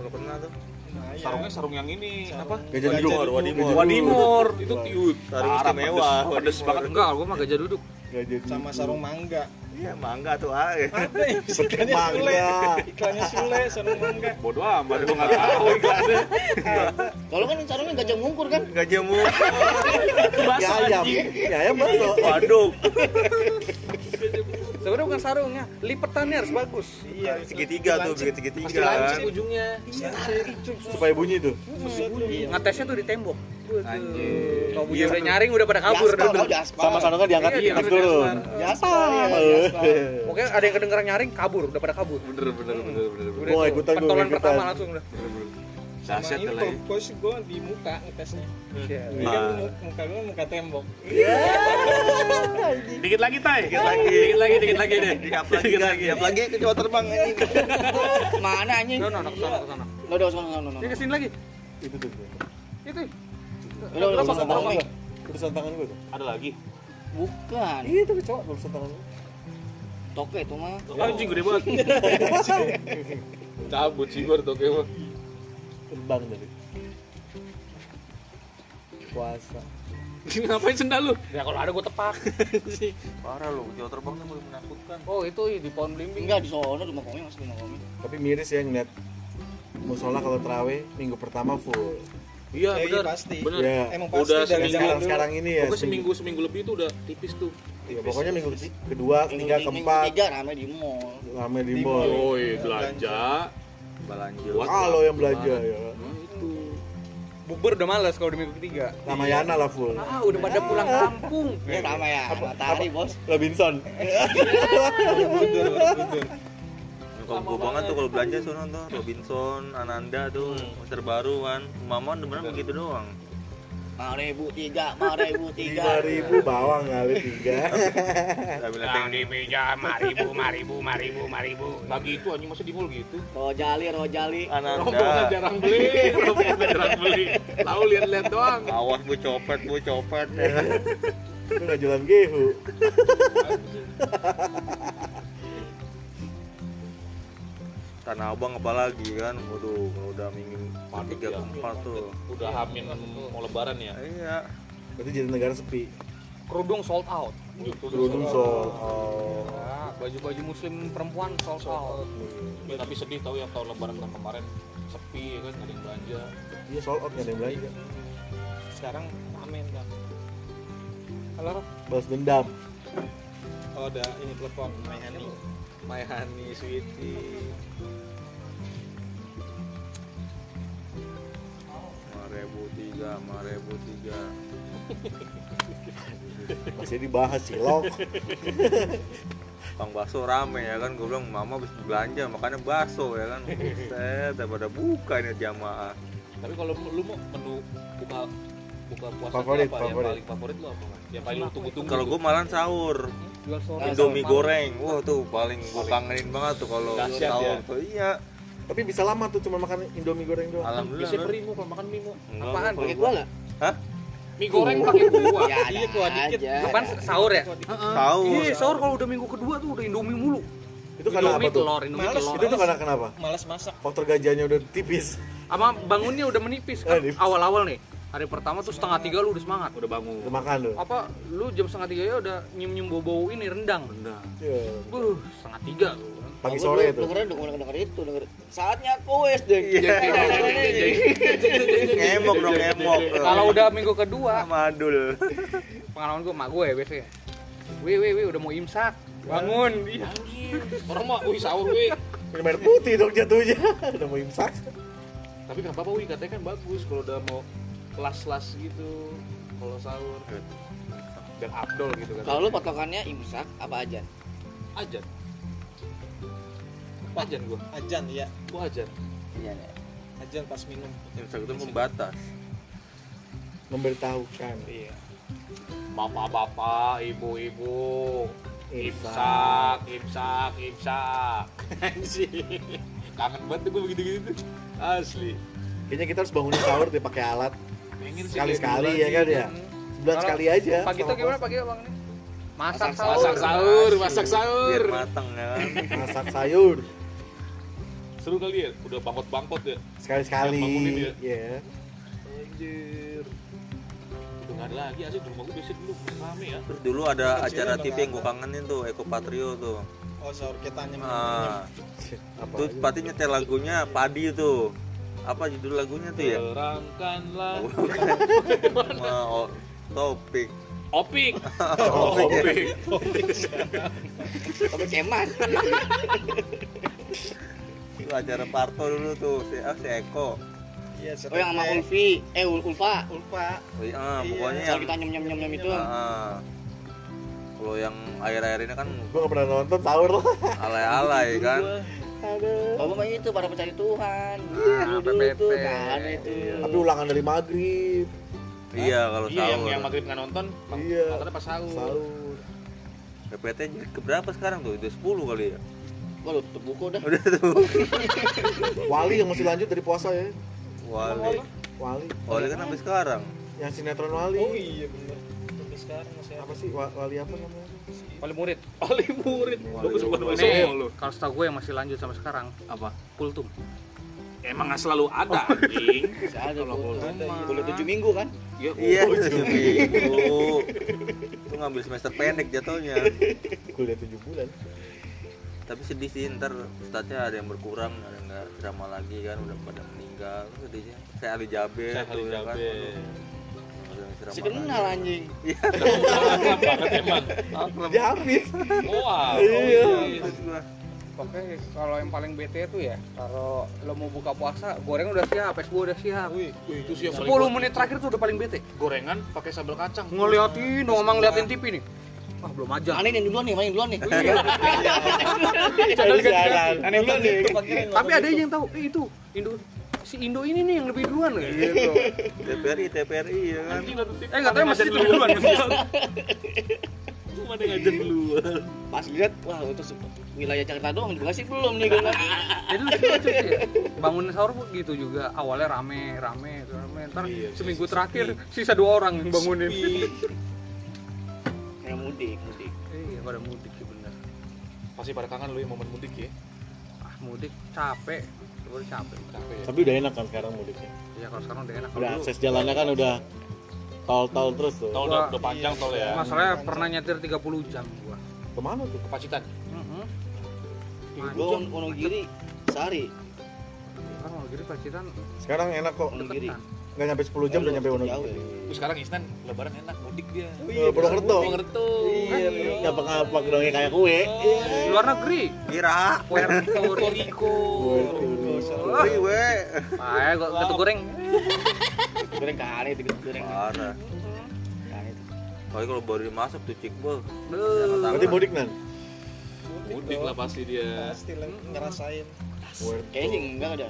Speaker 4: kalau pernah tuh
Speaker 3: Nah, iya.
Speaker 2: Sarungnya sarung yang ini, apa?
Speaker 5: Gajah
Speaker 4: Wadimor,
Speaker 5: duduk,
Speaker 4: wadimor.
Speaker 5: gajah duduk.
Speaker 2: Wadimor, itu tiut.
Speaker 4: Sarung istimewa,
Speaker 2: pedes, pedes
Speaker 4: wadimor.
Speaker 2: banget.
Speaker 6: Enggak, gua mah gajah duduk.
Speaker 5: Gajah duduk.
Speaker 3: sama sarung
Speaker 2: (laughs)
Speaker 3: mangga.
Speaker 4: iya mangga tuh ah
Speaker 3: Apa ya? Iklannya Sule.
Speaker 5: mangga
Speaker 3: Iklannya Sule sarung mangga.
Speaker 2: Bodoh amat,
Speaker 4: (laughs)
Speaker 2: lu nggak tahu iklannya.
Speaker 1: kalau kan sarungnya gajah mungkur kan
Speaker 4: nggak jemu
Speaker 5: ya ayam ya
Speaker 4: iya.
Speaker 5: ayam masuk
Speaker 4: waduh
Speaker 6: Sebenarnya bukan sarungnya, lipetannya harus bagus.
Speaker 3: Iya,
Speaker 4: segitiga tuh bikin segitiga
Speaker 6: Pasti lancip
Speaker 4: kan
Speaker 6: ujungnya.
Speaker 5: supaya bunyi tuh
Speaker 2: Iya.
Speaker 6: Ngetesnya tuh di tembok.
Speaker 2: Anjing. Iya,
Speaker 6: Kalau punya udah nyaring udah pada kabur.
Speaker 1: Jaspal, tau jaspal.
Speaker 5: sama sarungnya diangkat
Speaker 6: Iya,
Speaker 5: naik
Speaker 6: iya,
Speaker 5: turun
Speaker 6: iya.
Speaker 1: Jaspal, ya,
Speaker 5: Eh,
Speaker 1: jaspal.
Speaker 6: Pokoknya ada yang kedengeran nyaring kabur, udah pada kabur. Hmm.
Speaker 2: Bener, bener, bener, bener. bener.
Speaker 6: Udah
Speaker 5: Gua
Speaker 6: tuh,
Speaker 5: ikutan, gua
Speaker 6: pentolan
Speaker 5: ikutan.
Speaker 6: pertama langsung udah.
Speaker 3: Sama
Speaker 2: Dahsyat
Speaker 3: ini
Speaker 2: lah ya.
Speaker 3: purpose gue di muka ngetesnya.
Speaker 6: Iya.
Speaker 3: Ini kan mu- muka gue muka tembok.
Speaker 2: Dikit lagi, Tai. Dikit lagi. Dikit lagi, dikit lagi deh.
Speaker 4: Diap lagi, diap lagi
Speaker 2: Iya,
Speaker 4: kecoa terbang
Speaker 3: Iya.
Speaker 4: anjing.
Speaker 1: mana anjing
Speaker 6: No, no, no, kesana, kesana.
Speaker 1: lo udah usah no no no
Speaker 6: Ini kesini lagi.
Speaker 5: itu tuh
Speaker 6: Itu.
Speaker 1: udah udah usah
Speaker 5: Urusan tangan
Speaker 1: ngomong
Speaker 5: gua. Urusan tangan gue tuh
Speaker 2: Ada lagi.
Speaker 1: bukan
Speaker 5: iya tapi cowok urusan tangan gue
Speaker 1: toke itu mah
Speaker 2: Anjing gede banget. (laughs) Cabut sih gua toke mah.
Speaker 5: terbang tadi puasa
Speaker 2: Ngapain sendal lu?
Speaker 6: Ya kalau ada gua tepak.
Speaker 4: Parah lu, kecoa terbang tuh menakutkan.
Speaker 6: Oh, itu ih, di pohon blimbing.
Speaker 1: enggak di sono di makomi masih di makomi
Speaker 5: tapi miris ya ngeliat musola kalau terawih minggu pertama full
Speaker 2: Iya,
Speaker 3: Ya, iya,
Speaker 2: bener.
Speaker 3: pasti. Iya,
Speaker 2: Bener.
Speaker 5: ya
Speaker 3: Emang pasti
Speaker 2: Udah
Speaker 3: dari
Speaker 2: seminggu.
Speaker 3: zaman
Speaker 5: sekarang,
Speaker 3: dulu.
Speaker 5: sekarang ini ya
Speaker 2: Pokoknya seminggu seminggu lebih itu udah tipis tuh.
Speaker 5: ya, pokoknya minggu kedua ketiga
Speaker 1: Minggu- minggu
Speaker 5: keempat
Speaker 1: tiga ramai di mall
Speaker 5: lama di
Speaker 3: Di
Speaker 5: mall
Speaker 3: mall.
Speaker 2: Woi, belanja.
Speaker 4: Balanjil.
Speaker 2: Buat
Speaker 5: ah lo yang belanja ya
Speaker 2: Nah, itu.
Speaker 6: Bubur udah males kalau di minggu ketiga.
Speaker 5: lama Yana lah full
Speaker 6: Ah, udah pada pulang kampung.
Speaker 1: ya ramai ya matahari bos
Speaker 5: Robinson
Speaker 4: Kalau gue banget tuh kalau belanja sono tuh Robinson, Ananda tuh terbaru kan. Mamon beneran begitu doang.
Speaker 1: lima ribu tiga lima ribu tiga
Speaker 5: lima ribu bawang kali tiga
Speaker 4: (laughs) Saya bilang pengen
Speaker 6: meja, maribu, maribu, maribu, maribu.
Speaker 2: Lagi itu anjing masih di mall gitu.
Speaker 1: rojali rojali
Speaker 2: Rombongan
Speaker 4: Ananda.
Speaker 2: jarang (laughs) beli, rombongan jarang beli. Tahu lihat-lihat doang.
Speaker 4: Awas bu copet, bu copet.
Speaker 5: itu nggak jalan gehu
Speaker 4: Tanah Abang apalagi kan. Waduh, kalau udah minggu tiga keempat tuh.
Speaker 2: Udah hamin mau lebaran ya.
Speaker 4: Iya.
Speaker 5: berarti jadi negara sepi
Speaker 6: Kerudung sold out.
Speaker 5: Gunung so
Speaker 6: Ah, baju-baju muslim perempuan sold out.
Speaker 2: Ya, tapi sedih tahu yang tahun lebaran tahun kemarin sepi ya kan, nggak ada yang belanja.
Speaker 5: iya sold out nggak ada yang belanja
Speaker 3: Sekarang amin kan.
Speaker 6: Halo, Rob.
Speaker 5: balas dendam
Speaker 3: Oh ada ini telepon My Honey.
Speaker 4: My Honey, Sweetie. Marebu tiga, Marebu tiga.
Speaker 5: masih dibahas cilok
Speaker 4: Bang Baso rame ya kan, gue bilang mama habis belanja makanya baso (laughs) ya kan. Buset, daripada buka ini jamaah.
Speaker 2: Tapi kalau lu mau menu buka buka puasa itu
Speaker 5: Favorit,
Speaker 2: apa
Speaker 5: favorit.
Speaker 2: yang paling favorit lu apa? Mas? Yang paling lu tunggu-tunggu.
Speaker 4: Kalau
Speaker 2: tuh.
Speaker 4: gue malah sahur,
Speaker 6: Jual sore.
Speaker 4: Indomie goreng. Wah tuh paling gue kangenin banget tuh kalau
Speaker 2: Dahsyat
Speaker 4: sahur
Speaker 2: ya.
Speaker 4: tuh. Iya.
Speaker 5: tapi bisa lama tuh cuma makan indomie goreng doang
Speaker 4: Alhamdulillah.
Speaker 2: bisa
Speaker 4: kan.
Speaker 2: beri mau kalau makan mie mau.
Speaker 4: Enggak,
Speaker 6: Apaan?
Speaker 4: kalau
Speaker 1: pakai
Speaker 4: gua-
Speaker 1: gua nggak
Speaker 4: Hah?
Speaker 2: mie goreng pakai kuah
Speaker 1: ya ada
Speaker 3: Iya, kuah dikit.
Speaker 1: aja
Speaker 6: Kapan
Speaker 1: ada.
Speaker 6: sahur ya?
Speaker 5: Sahur.
Speaker 6: Iya, sahur kalau udah minggu kedua tuh udah Indomie mulu.
Speaker 5: Itu karena apa
Speaker 6: Indomie
Speaker 5: tuh? gitu.
Speaker 6: telur, Indomie
Speaker 3: Males,
Speaker 5: Itu
Speaker 6: telur.
Speaker 5: tuh karena kenapa?
Speaker 3: Malas masak.
Speaker 5: Faktor gajahnya udah tipis.
Speaker 6: Sama bangunnya udah menipis kan?
Speaker 5: Menipis.
Speaker 6: Awal-awal nih. Hari pertama tuh setengah tiga lu udah semangat.
Speaker 2: udah bangun
Speaker 5: Udah makan lu.
Speaker 6: Apa lu jam setengah tiga ya udah nyium-nyium bau-bau ini rendang.
Speaker 2: Nah,
Speaker 5: Iya.
Speaker 6: Buh, setengah tiga.
Speaker 5: Pagi
Speaker 1: Aku
Speaker 5: sore
Speaker 1: dulu
Speaker 5: tuh.
Speaker 1: dengerin denger denger itu denger saatnya kuis deh
Speaker 4: ngemok dong ngemok
Speaker 6: Kalau udah minggu kedua,
Speaker 4: madul
Speaker 6: pengalaman gue sama gue ya biasanya. Wih, wih, wih, udah mau imsak. Bangun. Iya.
Speaker 2: anjir. orang mah wih sahur wih
Speaker 5: Minum air putih dong jatuhnya. (laughs) Udah mau imsak.
Speaker 2: tapi nggak apa-apa wih katanya kan bagus kalau udah mau las-las gitu kalau sahur dan abdol gitu kan
Speaker 1: kalau lu patokannya imsak apa aja
Speaker 2: ajan ajan gua
Speaker 3: Ajan ya.
Speaker 2: gua ajan
Speaker 1: iya iya.
Speaker 3: Ajan pas minum.
Speaker 4: imsak itu membatas
Speaker 5: Memberitahukan.
Speaker 2: iya bapak-bapak ibu-ibu imsak
Speaker 5: Imsak.
Speaker 2: imsak imsak Anjir. kangen banget gue begitu-gitu tuh. asli
Speaker 5: Kayaknya kita harus bangunin sahur deh pakai alat.
Speaker 2: pengen sih
Speaker 5: Sekali-sekali
Speaker 2: kayak
Speaker 5: ya kan
Speaker 2: gitu.
Speaker 5: ya. Sebulan
Speaker 6: Kalau
Speaker 5: sekali aja.
Speaker 6: Pagi tuh
Speaker 5: sama
Speaker 6: gimana
Speaker 5: puasa.
Speaker 6: pagi bang? Masak sahur.
Speaker 2: masak sahur masak
Speaker 4: biar
Speaker 2: sahur
Speaker 4: matang ya kan
Speaker 5: Masak sayur.
Speaker 2: seru kali ya udah bangkot-bangkot ya
Speaker 5: Sekali-sekali.
Speaker 2: Yang bangunin ya.
Speaker 5: Iya.
Speaker 2: Anjir. Udah nggak ada lagi asli di rumah gue biasanya dulu rame ya.
Speaker 4: terus dulu ada
Speaker 3: Kecilnya
Speaker 4: acara
Speaker 3: udah
Speaker 4: TV
Speaker 3: nggak
Speaker 4: yang gue kangenin tuh Eko Patrio tuh
Speaker 3: Oh, sahur kita nyemen.
Speaker 4: ah
Speaker 5: Apa
Speaker 4: tuh
Speaker 5: lagi?
Speaker 4: pasti nyetel lagunya padi tuh apa judul lagunya tuh
Speaker 2: Iya.
Speaker 4: ya
Speaker 2: Terangkanlah
Speaker 4: Mau topik
Speaker 2: opik. opik.
Speaker 1: tapi ceman
Speaker 4: itu acara Parto dulu tuh si, ah, si Eko
Speaker 3: Iya,
Speaker 1: oh
Speaker 3: sahur.
Speaker 1: yang sama
Speaker 3: kita.
Speaker 1: Ulfi eh Ul- Ulfa
Speaker 3: Ulfa.
Speaker 4: Oh, iya, ah, pokoknya
Speaker 1: kalau
Speaker 4: yang
Speaker 1: kita nyem nyem nyem nyem itu
Speaker 4: ah, kalau yang akhir-akhir ini kan
Speaker 5: Gua gak pernah nonton sahur lah.
Speaker 4: alay-alay kan
Speaker 5: Aduh.
Speaker 1: Bapak mah itu para pencari Tuhan.
Speaker 6: Iya,
Speaker 1: Dulu tuh
Speaker 6: PPP.
Speaker 1: kan itu.
Speaker 5: Tapi ulangan dari maghrib.
Speaker 4: iya kalau
Speaker 2: Iya yang yang
Speaker 4: sahur
Speaker 2: maghrib nggak nonton. mak-
Speaker 5: Iya.
Speaker 2: Nontonnya pas sahur.
Speaker 5: Sahur.
Speaker 4: PPT jadi keberapa sekarang tuh udah 10 kali ya
Speaker 1: Waduh, tutup buku dah.
Speaker 4: udah tuh
Speaker 5: Wali yang masih lanjut dari puasa ya.
Speaker 4: wali
Speaker 5: Wali.
Speaker 4: wali kan sampai sekarang
Speaker 5: Yang sinetron Wali.
Speaker 3: Oh iya bener. Sampai sekarang masih ada.
Speaker 5: Apa sih Wa- Wali apa namanya?
Speaker 6: Oleh murid.
Speaker 2: Oli murid. Bagus banget
Speaker 6: Nih,
Speaker 2: semua lu.
Speaker 6: kalau setahu gue yang masih lanjut sampai sekarang apa? Kultum.
Speaker 2: Emang nggak selalu ada (laughs) anjing.
Speaker 1: Masih ada
Speaker 2: Kalau
Speaker 1: buku.
Speaker 2: Golden mah.
Speaker 1: Boleh tujuh minggu kan?
Speaker 2: Iya.
Speaker 4: iya tujuh minggu itu ngambil semester pendek jatuhnya
Speaker 5: Kuliah 7 bulan.
Speaker 4: tapi sedih sih ntar ustadznya ada yang berkurang ada yang nggak ceramah lagi kan udah pada meninggal Terus sedihnya saya Ali Jaber
Speaker 2: Saya kali
Speaker 4: tuh, ya kan,
Speaker 2: jabe.
Speaker 4: aduh, ada yang ceramah
Speaker 1: Si kenal
Speaker 4: lagi.
Speaker 1: anjing.
Speaker 2: Akrab banget emang.
Speaker 5: Javis.
Speaker 2: Wah.
Speaker 5: Iya.
Speaker 4: Terus gua,
Speaker 6: Pokoknya kalau yang paling bete tuh ya, kalau lo mau buka puasa, goreng udah siap, es buah udah siap.
Speaker 2: Itu sih yang
Speaker 6: 10
Speaker 2: paling gua-
Speaker 6: menit terakhir tuh udah paling bete.
Speaker 2: gorengan pakai sambal kacang.
Speaker 6: Ngeliatin, ngomong ngeliatin TV nih. Wah, belum aja.
Speaker 1: Mana yang duluan nih, mana yang duluan nih.
Speaker 5: Channel
Speaker 3: Iya,
Speaker 5: siaran.
Speaker 3: Aneh lu nih.
Speaker 1: Iya,
Speaker 6: Tapi ada aja yang tahu, eh itu Indo si Indo ini nih yang lebih duluan
Speaker 2: Iya,
Speaker 6: gitu.
Speaker 4: TPRI TPRI ya kan
Speaker 2: Anjing, nanti-
Speaker 6: eh katanya masih lebih duluan.
Speaker 2: Cuma ada yang ngajar duluan.
Speaker 1: Pas lihat, wah itu se- wilayah Jakarta doang, di Bekasi belum nih gue.
Speaker 6: Jadi lucu lucu sih. ya. Bangun sahur pun gitu juga. Awalnya rame, rame, rame. Ntar
Speaker 2: Iya,
Speaker 6: seminggu terakhir sisa dua orang yang bangunin.
Speaker 1: Kayak mudik, mudik.
Speaker 6: Iya, pada mudik sih bener.
Speaker 2: Pasti pada kangen lu yang momen mudik ya.
Speaker 6: Ah, mudik capek. Gue capek.
Speaker 2: Capek ya.
Speaker 5: Tapi udah enak kan sekarang mudiknya.
Speaker 6: Ya kalau sekarang udah enak. Kalau
Speaker 5: Udah
Speaker 6: dulu,
Speaker 5: akses jalannya kan udah tol-tol terus tuh.
Speaker 2: Tol udah, udah panjang tol ya.
Speaker 6: masalahnya pernah nyetir 30 jam gua.
Speaker 5: Kemana tuh?
Speaker 2: Pacitan.
Speaker 6: Heeh.
Speaker 1: Gue Wonogiri, Sari,
Speaker 6: Kan Wonogiri Pacitan
Speaker 5: Sekarang enak kok.
Speaker 1: Wonogiri. ya.
Speaker 6: deketan.
Speaker 5: Nggak nyampe 10 jam udah nyampe Wonogiri.
Speaker 2: Terus sekarang Isnan lebaran enak mudik dia.
Speaker 1: Iya,
Speaker 5: Ke Purwokerto.
Speaker 2: Purwokerto.
Speaker 5: Iya, ngapak-ngapak dong ya kayak kue.
Speaker 6: Di luar negeri,
Speaker 4: kira
Speaker 6: Puerto Rico.
Speaker 4: Wih, weh.
Speaker 6: Ah, gua ketuk goreng.
Speaker 1: Goreng kare, dikit goreng
Speaker 4: parah
Speaker 1: kare.
Speaker 4: Pokoknya kalau baru dimasak tuh cikbol
Speaker 5: Berarti mudik nan.
Speaker 2: Mudik lah pasti dia.
Speaker 3: Pasti lah, ngerasain.
Speaker 1: Kayaknya sih enggak ada.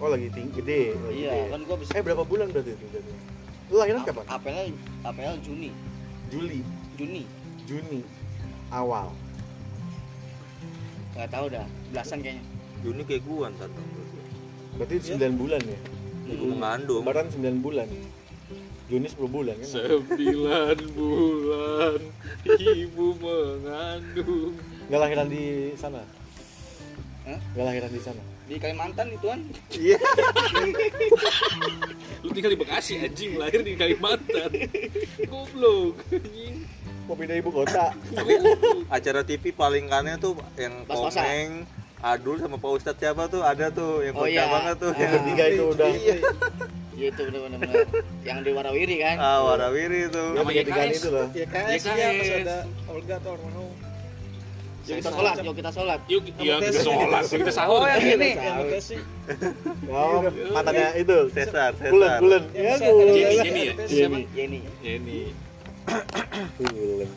Speaker 5: Oh lagi tinggi gede. lagi
Speaker 1: Iya,
Speaker 5: gede.
Speaker 1: kan gue bisa.
Speaker 5: Eh berapa bulan berarti itu? jatuhnya? Lu lahiran kapan?
Speaker 1: Apelnya, apelnya Juni,
Speaker 5: Juli,
Speaker 1: Juni.
Speaker 5: Juni awal.
Speaker 1: Nggak tahu dah, belasan kayaknya.
Speaker 4: Juni kayak gua ntar
Speaker 1: Iya.
Speaker 5: Berarti 9 bulan ya.
Speaker 4: Gue mengandung
Speaker 5: Lebaran 9 bulan. Juni 10 bulan kan
Speaker 2: Sembilan bulan ibu mengandung.
Speaker 5: nggak lahiran di sana
Speaker 1: Hah?
Speaker 5: nggak lahiran di sana
Speaker 1: di Kalimantan itu kan
Speaker 2: Lu tinggal di Bekasi anjing, lahir di (laughs) Kalimantan. Goblok anjing.
Speaker 5: mau pindah ibu kota
Speaker 2: Goblok.
Speaker 4: acara TV paling kannya tuh yang
Speaker 1: Pas-pasan.
Speaker 4: komeng Adul sama Pak Ustadz siapa tuh ada tuh yang
Speaker 1: Oh,
Speaker 4: kocak
Speaker 1: iya.
Speaker 4: banget tuh
Speaker 1: Ah.
Speaker 4: yang
Speaker 5: ketiga itu udah
Speaker 4: iya
Speaker 1: ya itu benar-benar yang di Warawiri kan
Speaker 4: (laughs) ah, warawiri tuh
Speaker 5: yang
Speaker 2: Sama
Speaker 5: ketiga
Speaker 2: YKS.
Speaker 5: itu loh
Speaker 3: Ya KS
Speaker 2: YKS.
Speaker 3: ya pas ada Olga atau Armano.
Speaker 1: yuk kita sholat yuk kita sholat
Speaker 2: Yuk, ya kita sholat, yuk kita sahur.
Speaker 6: Oh yang ini.
Speaker 3: Yang mutasi.
Speaker 5: oh mantannya itu
Speaker 4: Cesar Cesar
Speaker 5: bulan bulan
Speaker 3: Yang
Speaker 5: ya bulan
Speaker 2: Jenny,
Speaker 3: bisa-
Speaker 2: Jenny ya?
Speaker 3: Siapa?
Speaker 5: Jenny
Speaker 1: ya ini
Speaker 2: Ya (coughs) ini.
Speaker 5: bulan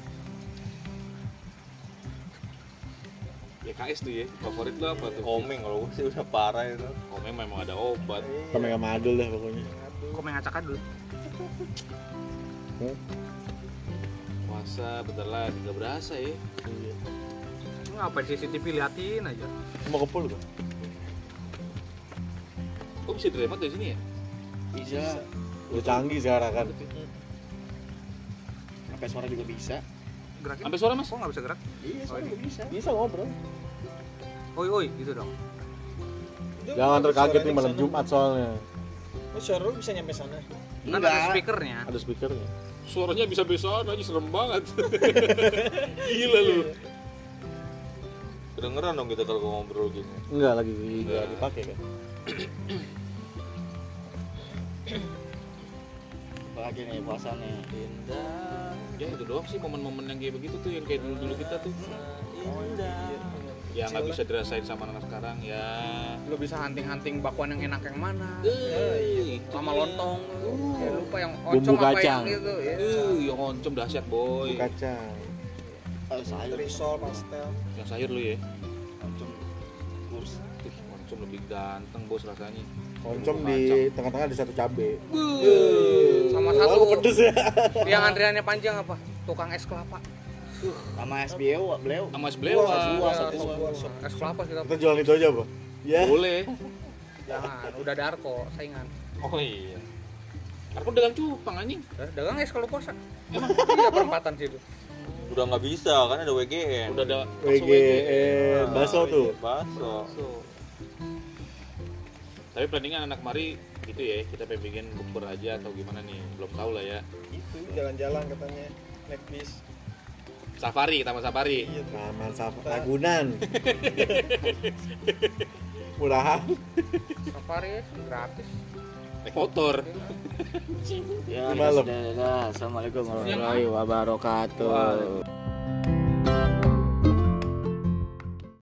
Speaker 2: YKS tuh ya, favorit lu apa tuh?
Speaker 4: komeng kalau gue sih udah parah itu
Speaker 2: Komen memang ada obat.
Speaker 5: sama sama Adul lah pokoknya
Speaker 6: Komen acak dulu.
Speaker 2: Puasa bentar lagi nggak berasa ya.
Speaker 5: Iya.
Speaker 6: Lu ngapain CCTV liatin aja.
Speaker 5: mau ke pool gua?
Speaker 2: Kok bisa diremat dari sini ya?
Speaker 1: bisa
Speaker 5: udah canggih sekarang kan
Speaker 1: sampai suara juga bisa
Speaker 6: Gerakin.
Speaker 2: Sampai suara mas?
Speaker 6: Kok nggak bisa gerak?
Speaker 1: iya
Speaker 6: suara juga
Speaker 1: bisa
Speaker 5: bisa ngobrol
Speaker 6: Oi oi gitu dong.
Speaker 3: Itu
Speaker 5: jangan
Speaker 3: kenapa
Speaker 5: terkaget
Speaker 3: suaranya
Speaker 5: nih
Speaker 3: ke
Speaker 5: malam
Speaker 3: sana?
Speaker 5: Jumat soalnya
Speaker 3: Oh, suara lu bisa nyampe sana.
Speaker 6: Kan
Speaker 1: enggak
Speaker 6: ada speakernya.
Speaker 5: ada speakernya
Speaker 2: Suaranya bisa besar, aja serem banget. (laughs) Gila lu.
Speaker 4: kedengeran dong kita kalau ngobrol gini
Speaker 5: enggak lagi enggak dipakai kan
Speaker 1: apalagi nih puasanya
Speaker 4: indah
Speaker 2: Ya itu doang sih momen-momen yang kayak begitu tuh yang kayak dulu-dulu kita tuh.
Speaker 4: indah
Speaker 2: Ya nggak bisa dirasain sama anak sekarang ya.
Speaker 6: Lu bisa hunting-hunting bakwan yang enak yang mana?
Speaker 2: Eh, itu
Speaker 6: Sama
Speaker 2: dia.
Speaker 6: lontong. Ya, lupa yang
Speaker 5: Bumbu
Speaker 6: oncom apa
Speaker 5: kacang.
Speaker 6: yang itu ya.
Speaker 2: Eh, yang oncom dahsyat boy.
Speaker 5: kacang
Speaker 1: oh sayur
Speaker 3: Risol, pastel.
Speaker 2: Yang sayur lu ya.
Speaker 1: macam kurs
Speaker 2: Ih, oncom lebih ganteng bos rasanya.
Speaker 5: oncom
Speaker 2: Bumbu
Speaker 5: di tengah-tengah ada satu cabe
Speaker 6: Sama
Speaker 5: Walaupun
Speaker 6: satu
Speaker 5: pedes ya
Speaker 6: yang antriannya panjang apa? Tukang es kelapa.
Speaker 1: sama SBO beliau
Speaker 2: Sama es belewa.
Speaker 5: Oh,
Speaker 6: Ya, Es kelapa kita
Speaker 5: kita jualan itu aja bu ya
Speaker 2: Boleh.
Speaker 6: jangan, udah darko saingan.
Speaker 2: Oh iya. Aku dagang cupang anjing.
Speaker 6: Eh, Dagang es kalau puasa. Iya perempatan situ.
Speaker 4: udah nggak bisa kan ada WGN
Speaker 2: Udah ada
Speaker 5: WGN baso eh, tuh
Speaker 4: Iya, baso
Speaker 2: Tapi planningnya anak mari gitu ya, kita pengen bikin bukber aja atau gimana nih, belum tahu lah ya.
Speaker 3: Itu jalan-jalan katanya naik bis.
Speaker 2: Safari, taman safari.
Speaker 3: Iya tuh.
Speaker 5: Taman Safari Ragunan murahan
Speaker 6: Safari gratis.
Speaker 2: Naik motor.
Speaker 1: ya
Speaker 5: Malam.
Speaker 1: saudara assalamualaikum warahmatullahi wabarakatuh